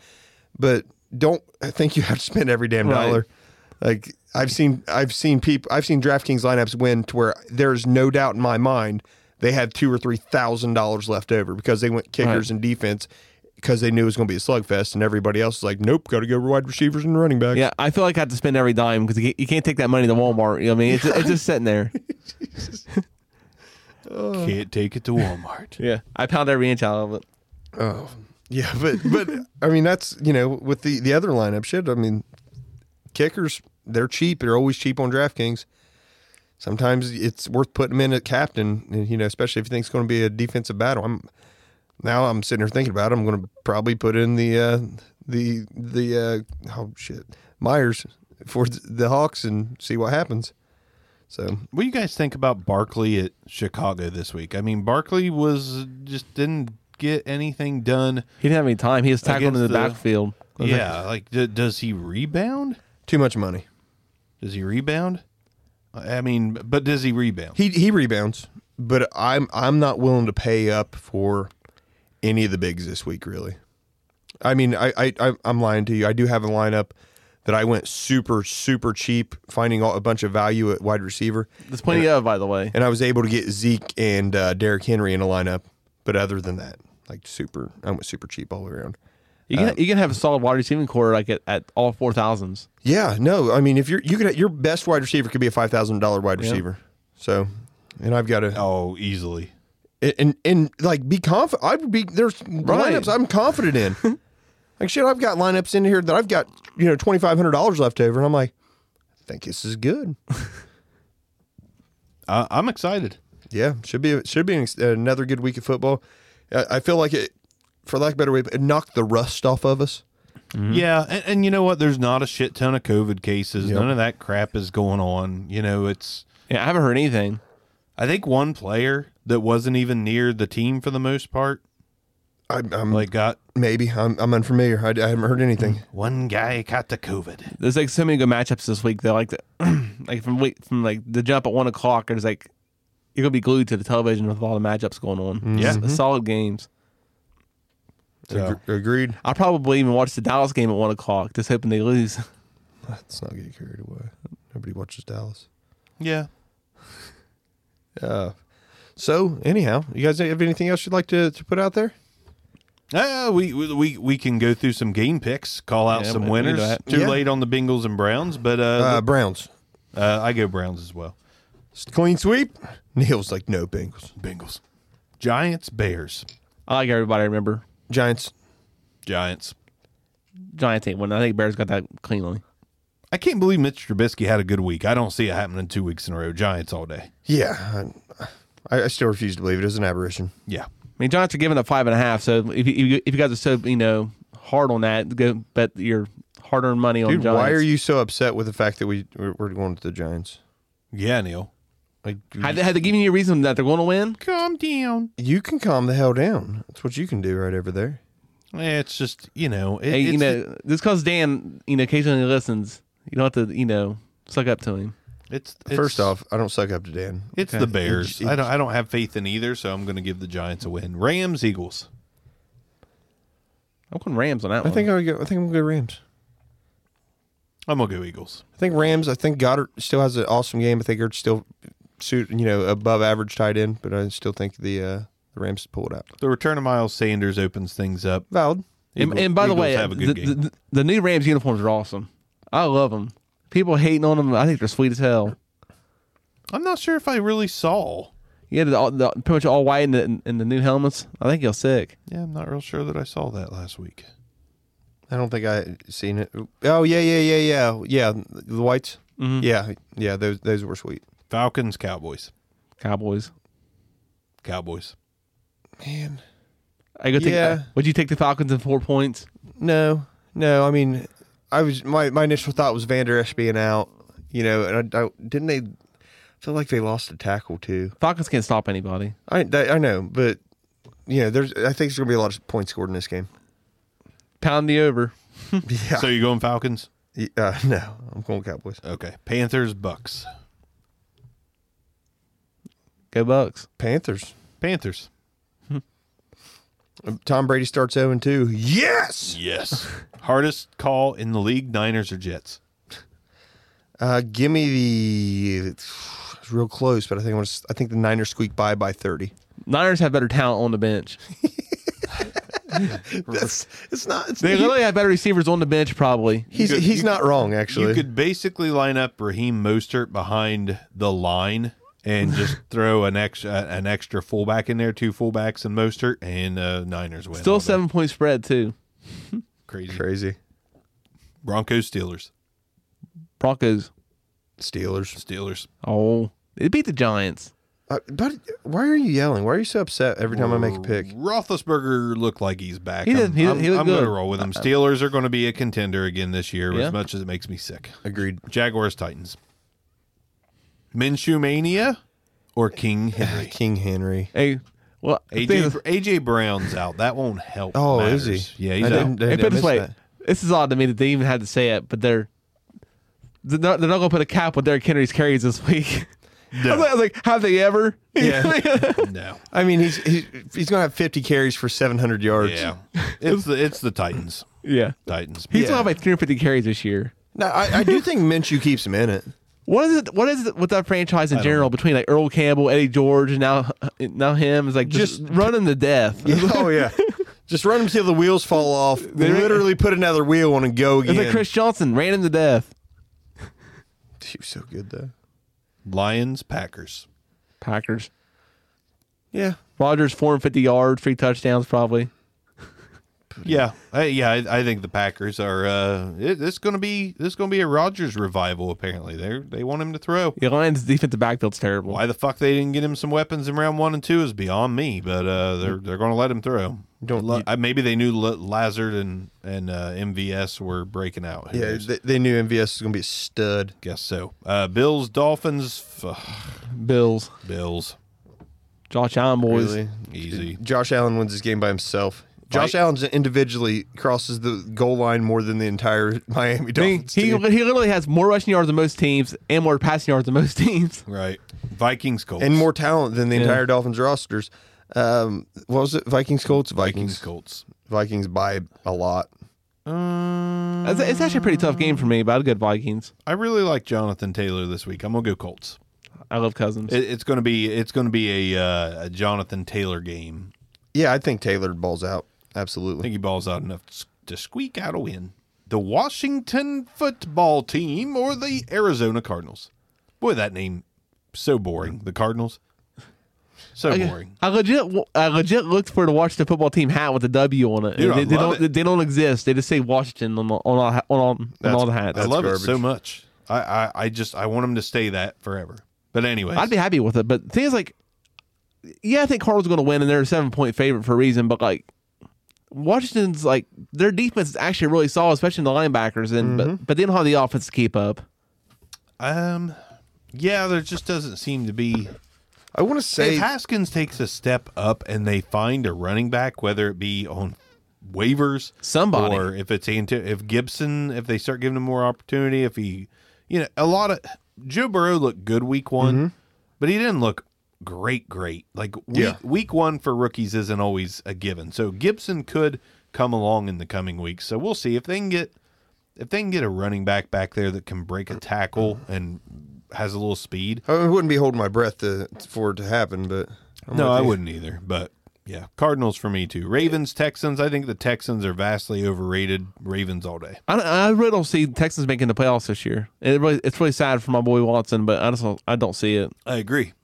S3: but don't I think you have to spend every damn
S4: Right.
S3: dollar. Like I've seen, I've seen people, I've seen DraftKings lineups win to where there's no doubt in my mind they had two or three thousand dollars left over because they went kickers
S4: Right.
S3: and defense because they knew it was going to be a slugfest, and everybody else is like, nope, got to go wide receivers and running backs.
S4: Yeah, I feel like I have to spend every dime because you, you can't take that money to Walmart. You know what I mean? It's, it's just sitting there.
S1: Can't take it to Walmart.
S4: Yeah, I pound every inch out of it.
S3: Yeah, but but I mean that's you know with the the other lineup shit. I mean, kickers they're cheap. They're always cheap on DraftKings. Sometimes it's worth putting them in at captain, and, you know, especially if you think it's going to be a defensive battle. I'm now I'm sitting here thinking about it. I'm going to probably put in the uh, the the uh, oh shit Myers for the Hawks and see what happens. So
S1: What do you guys think about Barkley at Chicago this week? I mean, Barkley was just didn't get anything done.
S4: He didn't have any time. He was tackled in
S1: Against
S4: the,
S1: the-
S4: backfield.
S1: Yeah, like d- does he rebound?
S3: too much money.
S1: Does he rebound? I mean, but does he rebound?
S3: He he rebounds, but I'm I'm not willing to pay up for any of the bigs this week. Really, I mean, I I I- I'm lying to you. I do have a lineup that I went super super cheap, finding all, a bunch of value at wide receiver,
S4: There's plenty of, by the way.
S3: and I was able to get Zeke and uh, Derrick Henry in a lineup. But other than that, like super, I went super cheap all the way around.
S4: You can you can have a solid wide receiving core like at, at all four thousands.
S3: Yeah, no, I mean if you're you could your best wide receiver could be a five thousand dollar wide receiver. So, and I've got to
S1: Oh, easily.
S3: and, and like be confident. I would be there's lineups I'm confident in. like shit, I've got lineups in here that I've got you know twenty five hundred dollars left over, and I'm like, I think this is good.
S1: I, I'm excited.
S3: Yeah, should be should be an ex- another good week of football. I, I feel like it, for lack of a better way, it knocked the rust off of us.
S1: Yeah, and, and you know what? There's not a shit ton of COVID cases. None of that crap is going on. You know, it's
S4: Yeah, I haven't heard anything.
S1: I think one player that wasn't even near the team for the most part,
S3: I, I'm
S1: like got
S3: maybe I'm, I'm unfamiliar. I, I haven't heard anything.
S1: one guy got the COVID.
S4: There's like so many good matchups this week. That like the, like from week, from like the jump at one o'clock. It's like you're gonna be glued to the television with all the matchups going
S3: Mm-hmm.
S4: on.
S1: Yeah.
S4: S- solid games.
S1: So,
S3: Ag- Agreed.
S4: I probably even watch the Dallas game at one o'clock, just hoping they lose.
S3: Let's not get carried away. Nobody watches Dallas.
S1: yeah.
S3: Uh, so anyhow, you guys have anything else you'd like to, to put out there?
S1: Uh, we we we can go through some game picks, call out
S4: Yeah, we
S1: some
S4: can
S1: winners.
S4: do that.
S1: Too
S3: Yeah.
S1: late on the Bengals and Browns, but
S3: Uh,
S1: uh,
S3: Browns
S1: uh, I go Browns as well.
S3: clean sweep. Neil's like no Bengals.
S1: Bengals, Giants, Bears,
S4: I like everybody. I remember
S3: Giants.
S1: Giants.
S4: Giants ain't one. I think Bears got that cleanly.
S1: I can't believe Mitch Trubisky had a good week. I don't see it happening two weeks in a row. Giants all day.
S3: Yeah, I, I still refuse to believe it. It was an aberration.
S1: Yeah.
S4: I mean, Giants are giving up five and a half. So if you, if you guys are so you know hard on that, go bet your hard-earned money on
S3: Dude,
S4: Giants.
S3: why are you so upset with the fact that we we're, we're going to the Giants?
S1: Yeah, Neil.
S3: Like
S4: Have they, have they given you a reason that they're going to win?
S1: Calm down.
S3: you can calm the hell down. That's what you can do right over there.
S1: Eh, It's just you know, it,
S4: Hey, you
S1: it's-
S4: know, just because Dan, you know, occasionally listens, you don't have to, you know, suck up to him.
S1: it's, it's
S3: First off, I don't suck up to Dan.
S1: it's the Bears. I don't I don't have faith in either, so I'm going to give the Giants a win. Rams, Eagles.
S4: I'm going Rams on that
S3: I
S4: one.
S3: think I, would go, I think I'm gonna go Rams.
S1: I'm gonna go Eagles.
S3: I think Rams. I think Goddard still has an awesome game. I think they're still suit you know above average tight end, but I still think the uh, the Rams pull it out.
S1: The return of Miles Sanders opens things up.
S3: Valid.
S4: and, and by the
S1: Eagles
S4: way,
S1: have a good
S4: the,
S1: game.
S4: the, the new Rams uniforms are awesome. I love them. People hating on them. I think they're sweet as hell.
S1: I'm not sure if I really saw.
S4: Yeah, the, all- the, pretty much all white and the, and the new helmets. I think you're sick.
S1: Yeah, I'm not real sure that I saw that last week.
S3: I don't think I seen it. Oh yeah yeah yeah yeah yeah the whites. Yeah yeah those those were sweet.
S1: Falcons, Cowboys,
S4: Cowboys.
S1: Cowboys.
S3: Man,
S4: I go take.
S3: Yeah.
S4: Would you take the Falcons in four points?
S3: no no. I mean, I was my, my initial thought was Vander Esch being out. You know, and I, I didn't they I feel like they lost a tackle too.
S4: Falcons can't stop anybody.
S3: I that, I know, but you know, there's I think there's gonna be a lot of points scored in this game.
S4: Pound the over.
S3: Yeah.
S1: So you going Falcons?
S3: Y- Uh, no, I'm going Cowboys.
S1: Okay. Panthers, Bucks,
S4: Go Bucks.
S3: Panthers.
S1: Panthers.
S3: Tom Brady starts 0 2. Yes.
S1: Yes. Hardest call in the league: Niners or Jets.
S3: Uh, give me the. It's real close, but I think I, was, I think the Niners squeak by by 30.
S4: Niners have better talent on the bench.
S3: That's, it's not. It's,
S4: They
S3: he-
S4: literally have better receivers on the bench, probably.
S3: he's
S1: You could-
S3: he's
S1: you-
S3: not wrong actually.
S1: You could basically line up Raheem Mostert behind the line and just throw an extra an extra fullback in there, two fullbacks and Mostert, and uh, Niners win. all
S4: Still
S1: day.
S4: seven point spread too.
S1: Crazy.
S3: Crazy.
S1: Broncos, Steelers,
S4: Broncos.
S3: Steelers.
S1: Steelers.
S4: Oh, they beat the Giants.
S3: Uh, but why are you yelling? Why are you so upset every time I make a pick?
S1: Roethlisberger looked like he's back.
S4: He did.
S1: I'm,
S4: He-
S1: I'm,
S4: he looked
S1: I'm gonna
S4: good. Uh,
S1: roll with him. Steelers are going to be a contender again this year,
S4: Yeah.
S1: as much as it makes me sick.
S3: Agreed.
S1: Jaguars, Titans, Minshew mania, or King Henry.
S3: King Henry.
S4: Hey, well,
S1: AJ,
S4: think-
S1: AJ Brown's out. That won't help.
S3: Oh,
S1: matters.
S3: is he?
S1: Yeah, he's
S3: I
S1: out.
S3: didn't- I didn't
S4: hey, put it this
S3: miss
S4: way.
S3: that.
S4: This is odd to me that they even had to say it, but they're they're not, they're not going to put a cap on Derrick Henry's carries this week. I, was like, I was like, have they ever?
S3: Yeah.
S1: No.
S3: I mean, he's he's, he's going to have 50 carries for 700 yards.
S1: Yeah. It's the it's the Titans.
S4: yeah.
S1: Titans.
S4: He's
S3: Yeah.
S4: gonna have like 350 carries this year.
S3: No, I, I do think Minshew keeps him in it.
S4: What is it? What is it with that franchise in general between like Earl Campbell, Eddie George, and now now him is like just,
S3: Just-
S4: running to death.
S3: oh yeah. Just run them till the wheels fall off. They literally put another wheel on and go
S4: It's
S3: again.
S4: like Chris Johnson ran him to death.
S3: He was so good though.
S1: Lions, Packers.
S4: Packers.
S3: Yeah.
S4: Rogers, 450 yards, three touchdowns, probably.
S1: Yeah, I, yeah, I, I think the Packers are. Uh, it, it's going to be this going to be a Rodgers revival. Apparently, they they want him to throw.
S4: The Lions' defensive backfield's terrible.
S1: Why the fuck they didn't get him some weapons in round one and two is beyond me. But uh, they're they're going to let him throw.
S3: Don't-
S1: Lo- I- maybe they knew L- Lazard and and uh, MVS were breaking out. Who
S3: Yeah.
S1: knows?
S3: They, they knew MVS was gonna be a stud.
S1: guess so. Uh, Bills, Dolphins, ugh,
S4: Bills.
S1: Bills,
S4: Josh Allen, boys.
S3: Really.
S1: easy.
S3: Josh Allen wins this game by himself. Josh
S1: Right.
S3: Allen individually crosses the goal line more than the entire Miami
S4: I mean,
S3: Dolphins.
S4: he, he
S3: team.
S4: literally has more rushing yards than most teams and more passing yards than most teams.
S1: Right, Vikings, Colts,
S3: and more talent than the entire Dolphins rosters. Um, what was it? Vikings Colts.
S1: Vikings,
S3: Vikings
S1: Colts.
S3: Vikings by a lot.
S4: It's, it's actually a pretty tough game for me, but I'd go Vikings.
S1: I really like Jonathan Taylor this week. I'm gonna go Colts.
S4: I love Cousins.
S1: It, it's gonna be it's gonna be a, uh, a Jonathan Taylor game.
S3: Yeah, I think Taylor balls out.
S1: I
S3: Absolutely.
S1: think he balls out enough to- to squeak out a win. The Washington football team or the Arizona Cardinals? Boy, that name so boring. The Cardinals, so boring.
S4: I legit, I legit looked for the Washington football team hat with a W on it.
S1: Dude, I
S4: they, they
S1: love
S4: don't,
S1: it.
S4: they don't exist. They just say Washington on all- on all, on all, on all the hats.
S1: I love
S3: garbage.
S1: it so much. I, I I just I want him to stay that forever. But anyway,
S4: I'd be happy with it. But the thing is, like, yeah, I think Cardinals going to win, and they're a seven point favorite for a reason. But like, Washington's like their defense is actually really solid, especially in the linebackers, and
S1: Mm-hmm.
S4: but but they don't have the offense to keep up.
S1: um, yeah, there just doesn't seem to be
S3: I want to
S1: if
S3: say
S1: Haskins takes a step up and they find a running back, whether it be on waivers,
S4: Somebody.
S1: or if it's Anto- if Gibson, if they start giving him more opportunity, if he, you know, a lot of Joe Burrow looked good week one, but he didn't look great, great. Like week,
S3: Yeah.
S1: week one for rookies isn't always a given. So Gibson could come along in the coming weeks. So we'll see if they can get if they can get a running back back there that can break a tackle and has a little speed.
S3: I wouldn't be holding my breath to, for it to happen, but I'm
S1: No,
S3: with
S1: I
S3: you.
S1: wouldn't either. But yeah, Cardinals for me too. Ravens, Texans. I think the Texans are vastly overrated. Ravens all day.
S4: I, don't- I really don't see Texans making the playoffs this year. It really, it's really sad for my boy Watson, but I just don't, I don't see it.
S1: I agree.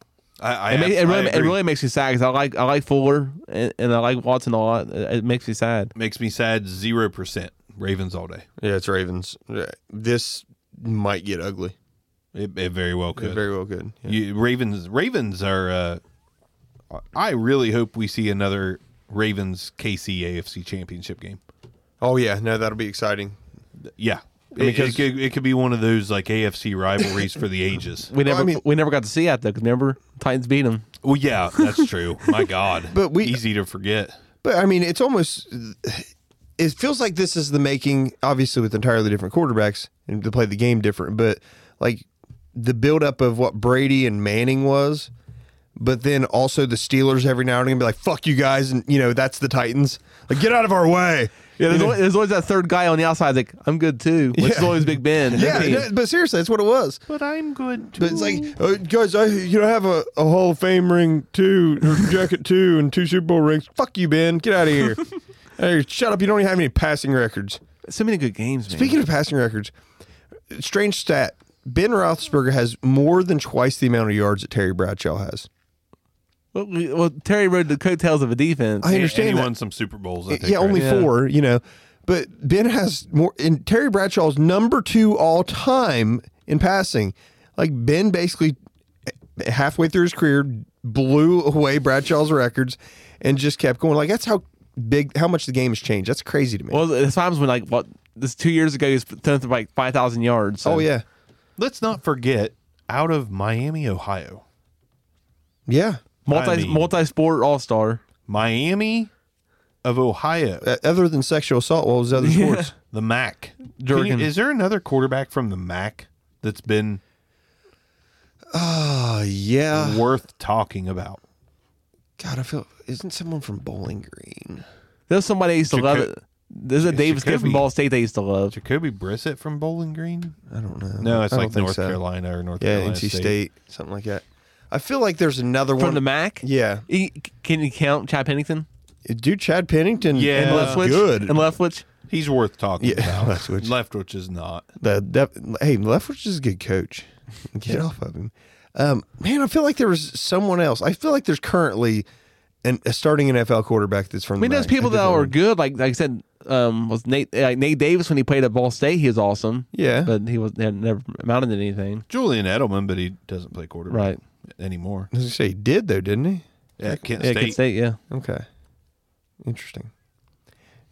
S1: I, I,
S4: It, ma-
S1: abs-
S4: it, really,
S1: I agree.
S4: it really makes me sad because I like I like Fuller and, and I like Watson a lot. It, it makes me sad.
S1: makes me sad. Zero percent. Ravens all day.
S3: Yeah, it's Ravens. Yeah, This might get ugly.
S1: It, it very well
S3: It
S1: could.
S3: very well could. Yeah.
S1: You, Ravens. Ravens are. Uh, I really hope we see another Ravens KC AFC Championship game.
S3: Oh yeah, no, that'll be exciting.
S1: Yeah,
S3: mean,
S1: it, it,
S3: 'cause-
S1: could, it could be one of those like AFC rivalries for the ages.
S4: We never
S3: I mean-
S4: we never got to see that though. 'cause remember Titans beat them.
S1: Well, yeah, that's true. My God,
S3: But we-
S1: easy to forget.
S3: But I mean, it's almost. It feels like this is the making, obviously, with entirely different quarterbacks and to play the game different. But like the buildup of what Brady and Manning was, but then also the Steelers every now and again be like, "Fuck you guys," and you know that's the Titans. Like, get out of our way.
S4: Yeah, there's,
S3: You know?
S4: always, there's always that third guy on the outside like I'm good too, which is
S3: Yeah.
S4: always Big Ben.
S3: yeah.
S4: Hey,
S3: no, But seriously, that's what it was.
S1: But I'm good
S3: But it's like, uh, guys, I you know I have a, a Hall of Fame ring too, or jacket too, and two Super Bowl rings. Fuck you, Ben. Get out of here. hey, shut up. You don't even have any passing records.
S4: so many good games, man.
S3: Speaking of passing records, strange stat: Ben Roethlisberger has more than twice the amount of yards that Terry Bradshaw has.
S4: well, we- well, Terry rode the coattails of a defense.
S3: I
S1: And-
S3: understand
S1: and he
S3: that.
S1: won some Super Bowls. I think,
S3: yeah,
S1: right?
S3: only
S4: Yeah.
S3: four, you know. But Ben has more, and Terry Bradshaw's number two all time in passing. Like Ben basically halfway through his career blew away Bradshaw's records and just kept going. Like that's how big, how much the game has changed. That's crazy to me.
S4: well, there's times when like what this two years ago he was thrown for like five thousand yards. so-
S3: oh yeah,
S1: Let's not forget out of Miami, Ohio,
S3: yeah.
S4: multi
S1: I mean-
S4: multi sport all star.
S1: Miami of Ohio,
S3: Uh, Other than sexual assault, what was the other sports?
S1: the MAC. Can you-
S4: Durkin.
S1: is there another quarterback from the MAC that's been
S3: Uh, yeah.
S1: worth talking about?
S3: God, I feel. Isn't someone from Bowling Green?
S4: There's somebody I used to
S1: Jaco-
S4: love it. There's a Davis kid
S1: Jacoby.
S4: from Ball State they used to love.
S1: Jacoby Brissett from Bowling Green?
S3: I don't know.
S1: No, it's
S3: I
S1: like
S3: don't think
S1: North
S3: so.
S1: Carolina or North
S3: Yeah,
S1: Carolina
S3: NC State. something like that. I feel like there's another
S4: From
S3: one
S4: the MAC?
S3: Yeah.
S4: E- Can you count Chad Pennington?
S3: dude, Chad Pennington,
S1: Yeah.
S3: and
S4: And
S1: Uh,
S4: Leftwich.
S3: good.
S4: And Leftwich.
S1: He's worth talking
S3: Yeah,
S1: about.
S3: Leftwich.
S1: Leftwich is not.
S3: The def- hey, Leftwich is a good coach. Get off of him, um, man. I feel like there was someone else. I feel like there's currently an, a starting NFL quarterback that's from.
S4: I mean, there's people that are good. Like like I said, um, was Nate uh, Nate Davis when he played at Ball State? He was awesome.
S3: Yeah.
S4: but he was they never amounted to anything.
S1: Julian Edelman, but he doesn't play quarterback
S4: Right.
S1: anymore.
S3: As I say, he did though, didn't he?
S1: Yeah, Kent
S4: Yeah,
S1: State.
S4: Kent State. Yeah,
S3: Okay, interesting.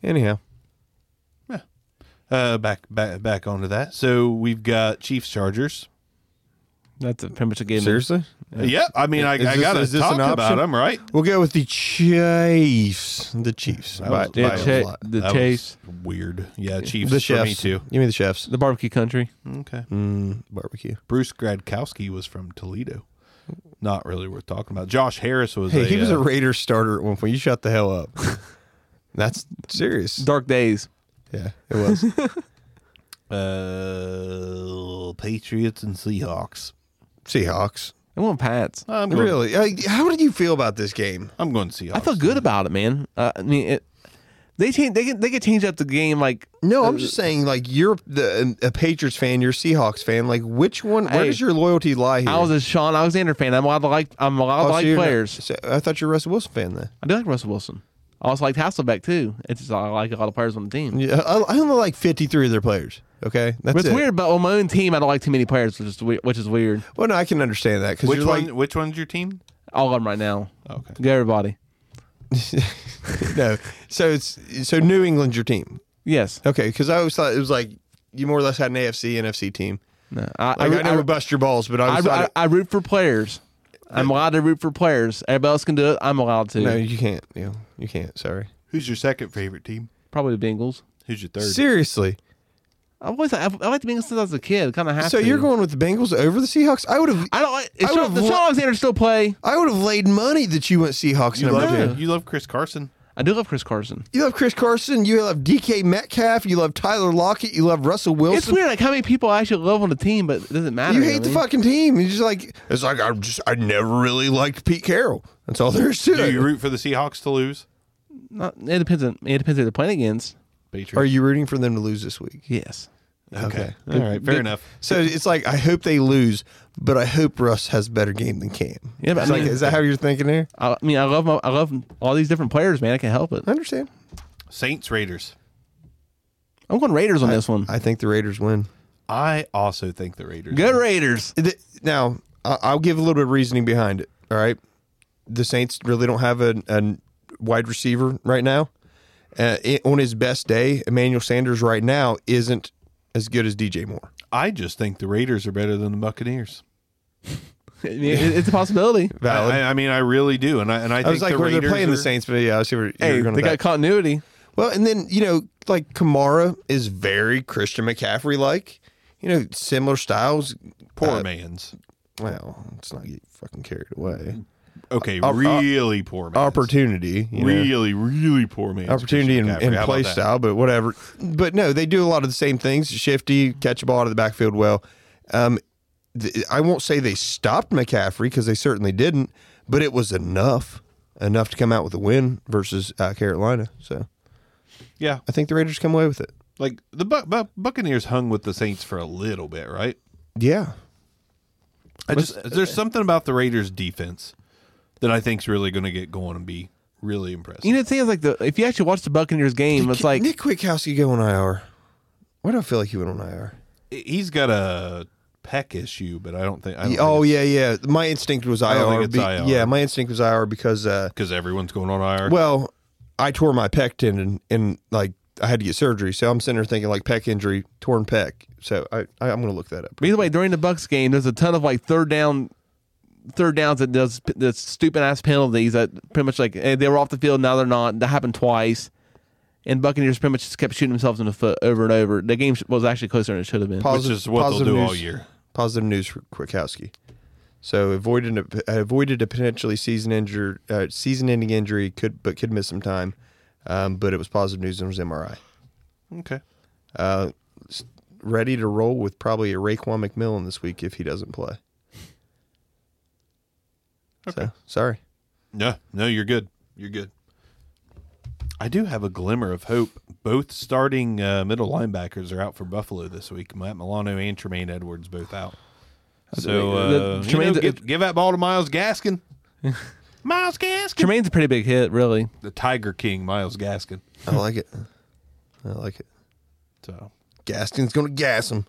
S3: Anyhow,
S1: Uh, back back back onto that. So we've got Chiefs Chargers.
S4: that's pretty much a game.
S3: seriously,
S1: Yeah, I mean, I,
S3: Is
S1: I
S3: this-
S1: got to
S3: is this
S1: talk
S3: an option?
S1: about them, right?
S3: we'll go with the Chiefs. The Chiefs.
S1: was-
S3: By-
S4: Yeah,
S3: by a
S4: Chi-
S3: lot.
S4: the
S1: That
S4: Chase,
S1: was weird. Yeah, Chiefs
S3: the
S1: for
S3: chefs.
S1: me too.
S3: Give me the chefs.
S4: the barbecue country.
S1: Okay.
S3: Mm, barbecue.
S1: Bruce Gradkowski was from Toledo. Not really worth talking about. Josh Harris was.
S3: Hey,
S1: a,
S3: he was
S1: uh,
S3: a Raiders starter at one point. You shut the hell up. That's serious.
S4: Dark days.
S3: Yeah, it was.
S1: Uh, Patriots and Seahawks.
S3: Seahawks.
S4: I want Pats.
S1: I'm going,
S3: Really? Like, how did you feel about this game?
S1: I'm going Seahawks.
S4: I feel good about it, man. Uh, I mean, it, they change. They can they can change up the game. Like
S3: No, I'm just saying, like you're the, a Patriots fan, you're a Seahawks fan. Like, which one? where
S4: Hey,
S3: does your loyalty lie here?
S4: I was a Sean Alexander fan. I'm allowed to like. I'm allowed
S3: Oh,
S4: to
S3: so
S4: like
S3: you're not-
S4: players.
S3: so- I thought you were a Russell Wilson fan then.
S4: I do like Russell Wilson. I also liked Hasselbeck too. It's just I like a lot of players on the team.
S3: Yeah, I, I only like 53 of their players. Okay, that's
S4: but it's
S3: it.
S4: weird. But on my own team, I don't like too many players, which is weird. Which is weird.
S3: Well, no, I can understand that because
S1: Which
S3: you're
S1: one?
S3: like,
S1: which one's your team?
S4: All of them right now.
S1: Okay.
S4: Go everybody.
S3: no. So it's so New England's your team.
S4: Yes.
S3: Okay, because I always thought it was like you more or less had an AFC, NFC team.
S4: No. Uh, I,
S3: Like, I,
S4: I, I,
S3: never bust your balls, but I
S4: I,
S3: always
S4: I,
S3: thought. it-
S4: I root for players. I'm allowed to root for players. Everybody else can do it. I'm allowed to.
S3: no, you can't. You know, you can't. Sorry.
S1: Who's your second favorite team?
S4: Probably the Bengals.
S1: Who's your third?
S3: Seriously.
S4: I've always I, I liked the Bengals since I was a kid. Kind of have
S3: So
S4: to.
S3: you're going with the Bengals over the Seahawks? I would have.
S4: I don't like. Is
S3: I
S4: Sean,
S3: would've
S4: does
S3: lo-
S4: Sean Alexander still play?
S3: I would have laid money that you went Seahawks
S1: you
S3: number
S1: love
S3: two.
S1: you love Chris Carson.
S4: I do love Chris Carson.
S3: You love Chris Carson. You love DK Metcalf. You love Tyler Lockett. You love Russell Wilson.
S4: It's weird, like how many people I actually love on the team, but it doesn't matter.
S3: You
S4: know
S3: hate
S4: what
S3: the
S4: I mean?
S3: fucking team. You just like it's like I just I never really liked Pete Carroll. That's all there is to
S1: Do
S3: it.
S1: you root for the Seahawks to lose?
S4: Not, it depends on it depends who they're playing against.
S1: Patriots.
S3: Are you rooting for them to lose this week?
S4: Yes.
S3: Okay.
S1: All right. Fair enough.
S3: So it's like I hope they lose, but I hope Russ has a better game than Cam.
S4: Yeah, but
S3: It's
S4: I
S3: like,
S4: mean-
S3: is that how you're thinking there?
S4: I, I mean, I love my, I love all these different players, man. I can't help it.
S3: I understand.
S1: Saints Raiders.
S4: I'm going Raiders on this one.
S3: I think the Raiders win.
S1: I also think the Raiders.
S4: Go Raiders.
S3: The- Now I- I'll give a little bit of reasoning behind it. All right, the Saints really don't have a, a wide receiver right now. Uh, it- on his best day, Emmanuel Sanders right now isn't as good as DJ Moore.
S1: I just think the Raiders are better than the Buccaneers.
S4: I mean, it- it's a possibility.
S3: Valid.
S1: I, I mean, I really do, and I and I,
S3: I
S1: think
S3: was like,
S1: the
S3: where
S1: Raiders
S3: they're playing
S1: are,
S3: the Saints, but yeah, I see where you're
S4: Hey,
S3: going
S4: they
S3: with
S4: got
S3: that.
S4: continuity.
S3: well, and then you know, like Kamara is very Christian McCaffrey like. You know, similar styles.
S1: Poor
S3: Uh,
S1: man's.
S3: Well, let's not get fucking carried away.
S1: Okay,
S3: op-
S1: really poor man's.
S3: uh, Opportunity. you know.
S1: Really, really poor man's.
S3: opportunity
S1: Christian
S3: and,
S1: McCaffrey.
S3: and
S1: How about
S3: play
S1: that?
S3: style, but whatever. But no, they do a lot of the same things: shifty, catch a ball out of the backfield well. Um, th- I won't say they stopped McCaffrey because they certainly didn't, but it was enough enough to come out with a win versus uh, Carolina. So
S1: Yeah,
S3: I think the Raiders come away with it.
S1: like the Bu- Bu- Buccaneers hung with the Saints for a little bit, right?
S3: Yeah,
S1: I just
S3: uh,
S1: there's something about the Raiders' defense that I think's really going to get going and be really impressive.
S4: You know, the thing is, like, the, if you actually watch the Buccaneers game, it's like
S3: Nick Kwiatkowski go on IR. Why do I feel like he went on IR?
S1: He's got a pec issue, but I don't think. I don't
S3: Oh yeah, yeah. My instinct was IR.
S1: don't think it's
S3: be-
S1: IR.
S3: Yeah, my instinct was IR because uh,
S1: because everyone's going on IR.
S3: Well, I tore my pec tendon and like I had to get surgery, so I'm sitting there thinking like pec injury, torn pec. So I, I I'm gonna look that up.
S4: But either way, during the Bucks game, there's a ton of like third down, third downs that does the stupid ass penalties that pretty much like eh, they were off the field, now they're not. That happened twice, and Buccaneers pretty much just kept shooting themselves in the foot over and over. The game sh- was actually closer than it should have been.
S1: Which is what they'll
S3: positive
S1: do
S3: news,
S1: all year.
S3: Positive news for Kwiatkowski. So avoided a, avoided a potentially season injured uh, season ending injury could but could miss some time, um, but it was positive news and was MRI.
S1: Okay.
S3: Ready to roll with probably a Raquan McMillan this week if he doesn't play. So sorry.
S1: No, no, you're good. You're good. I do have a glimmer of hope. Both starting uh, middle linebackers are out for Buffalo this week. Matt Milano and Tremaine Edwards both out. So
S4: The- the-
S1: uh, you
S4: Tremaine's-
S1: know, give, give that ball to Miles Gaskin. Miles Gaskin,
S4: Tremaine's a pretty big hit, really.
S1: the Tiger King, Miles Gaskin.
S3: I like it. I like it.
S1: So
S3: Gaston's gonna gas him.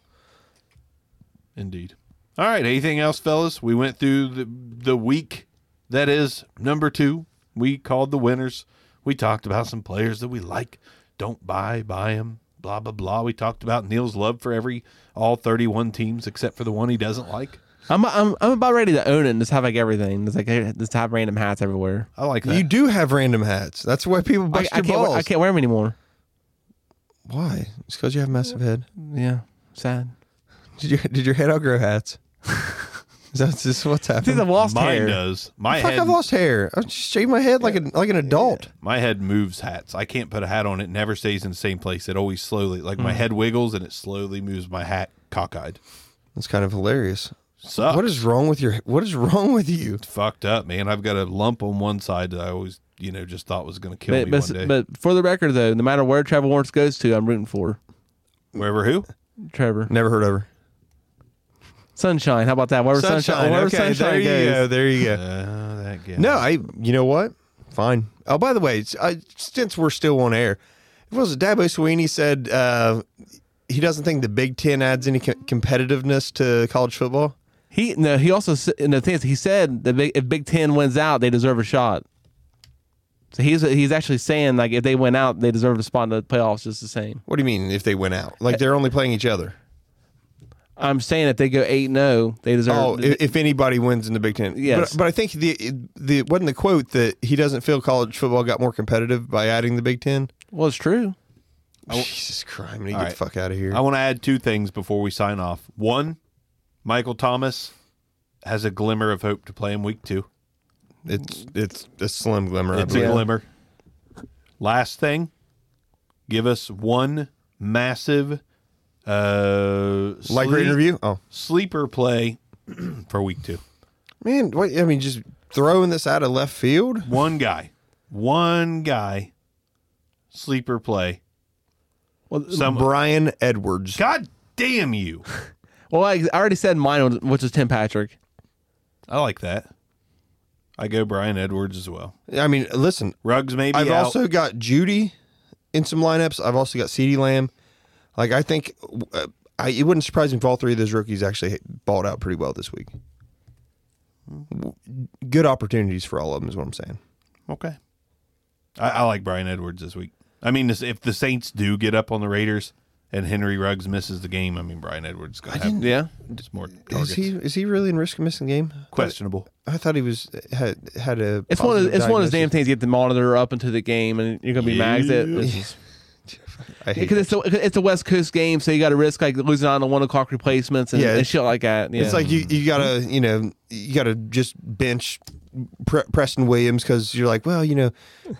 S1: Indeed. All right. Anything else, fellas? We went through the the week that is number two. We called the winners. We talked about some players that we like, don't buy, buy them. Blah blah blah. We talked about Neil's love for every all thirty one teams except for the one he doesn't like.
S4: I'm, I'm I'm about ready to own it and just have like everything. Just like eh, just have random hats everywhere.
S1: I like that.
S3: You do have random hats. That's why people
S4: I,
S3: bust
S4: I
S3: your
S4: can't
S3: balls.
S4: wear, I can't wear them anymore.
S3: Why? It's because you have a massive head.
S4: Yeah, sad.
S3: Did, you, did your head outgrow hats? Is that is this what's
S4: I think I've
S3: happened?
S4: lost
S1: Mine
S4: hair.
S1: does. My
S3: Fuck!
S1: head.
S3: I've lost hair. I just shaved my head like an like an adult.
S1: My head moves hats. I can't put a hat on. It never stays in the same place. It always slowly, like
S3: Hmm.
S1: my head wiggles and it slowly moves my hat cockeyed.
S3: That's kind of hilarious.
S1: Sucks.
S3: What is wrong with your? What is wrong with you?
S1: fucked up, man. I've got a lump on one side that I always, you know, just thought was going to kill
S4: But,
S1: me
S4: but,
S1: one day.
S4: but for the record, though, no matter where Trevor Lawrence goes to, I'm rooting for
S1: Wherever who?
S4: Trevor.
S3: Never heard of her.
S4: Sunshine. How about that? Wherever sunshine, wherever sunshine
S3: there you
S4: goes.
S3: go. There you go.
S1: Uh, that guy.
S3: No, I. You know what? Fine. Oh, by the way, it's- I, since we're still on air, it was Dabo Sweeney said uh, he doesn't think the Big Ten adds any co- competitiveness to college football.
S4: He no. He also s- and the thing is, he said that big, if Big Ten wins out, they deserve a shot. So he's he's actually saying like if they win out, they deserve a spot in the playoffs just the same.
S3: What do you mean if they went out?
S1: Uh,
S3: Like they're only playing each other.
S4: I'm saying if they go eight and zero, they deserve.
S3: Oh, if, if anybody wins in the Big Ten,
S4: Yes.
S3: But, but I think the the wasn't the quote that he doesn't feel college football got more competitive by adding the Big Ten.
S4: well, it's true.
S3: Jesus Christ! Man, you get
S1: right.
S3: the fuck out of here.
S1: I want to add two things before we sign off. One, Michael Thomas has a glimmer of hope to play in week two.
S3: It's it's a slim
S4: Uh,
S3: glimmer. I
S1: It's a
S3: believe.
S1: glimmer. Last thing, give us one massive uh
S3: Like
S1: sleep-
S3: rate and review. Oh
S1: sleeper play for week two.
S3: man, what, I mean, just throwing this out of left field.
S1: One guy. One guy sleeper play.
S4: Well,
S1: Some
S3: Brian Edwards.
S1: God damn you.
S4: Well, I, I already said mine, which is Tim Patrick.
S1: I like that. I go Brian Edwards as well.
S3: I mean, listen,
S1: Ruggs maybe
S3: I've
S1: out.
S3: also got Judy in some lineups. I've also got Ceedee Lamb. Like I think, uh, I it wouldn't surprise me if all three of those rookies actually balled out pretty well this week. Good opportunities for all of them is what I'm saying.
S1: okay. I, I like Brian Edwards this week. I mean, this- if the Saints do get up on the Raiders and Henry Ruggs misses the game, I mean Brian Edwards is gonna have
S4: Yeah.
S1: just more targets.
S3: Is he is he really in risk of missing the game?
S1: Questionable.
S3: I thought he was had had a.
S4: It's one of
S3: positive
S4: it's one of those damn
S3: diagnosis.
S4: things you have to monitor up into the game, and you're gonna be mad at it
S3: I hate
S4: because it's a, it's a West Coast game, so you got to risk like losing out on the one o'clock replacements and,
S3: Yeah,
S4: and
S3: it's-
S4: shit like that. Yeah.
S3: It's like you, you gotta you know you gotta just bench Pre- Preston Williams because you're like well you know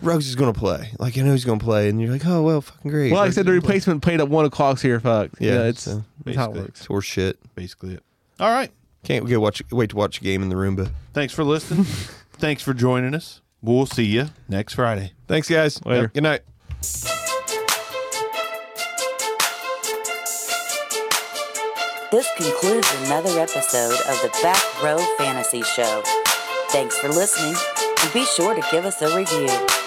S3: Ruggs is gonna play like I know he's gonna play and you're like oh well fucking great
S4: well, like I
S3: Ruggs
S4: said, the
S3: is gonna play.
S4: replacement played at one o'clock, so you're fucked.
S3: Yeah,
S4: Yeah, it's
S3: so
S4: that's how it
S1: basically.
S4: works.
S3: it's horse shit
S1: Basically it. All right.
S3: can't get watch wait to watch a game in the Roomba
S1: Thanks for listening. Thanks for joining us. We'll see you next Friday.
S3: thanks guys
S4: Later.
S3: good night.
S2: This concludes another episode of the Back Row Fantasy Show. Thanks for listening, and be sure to give us a review.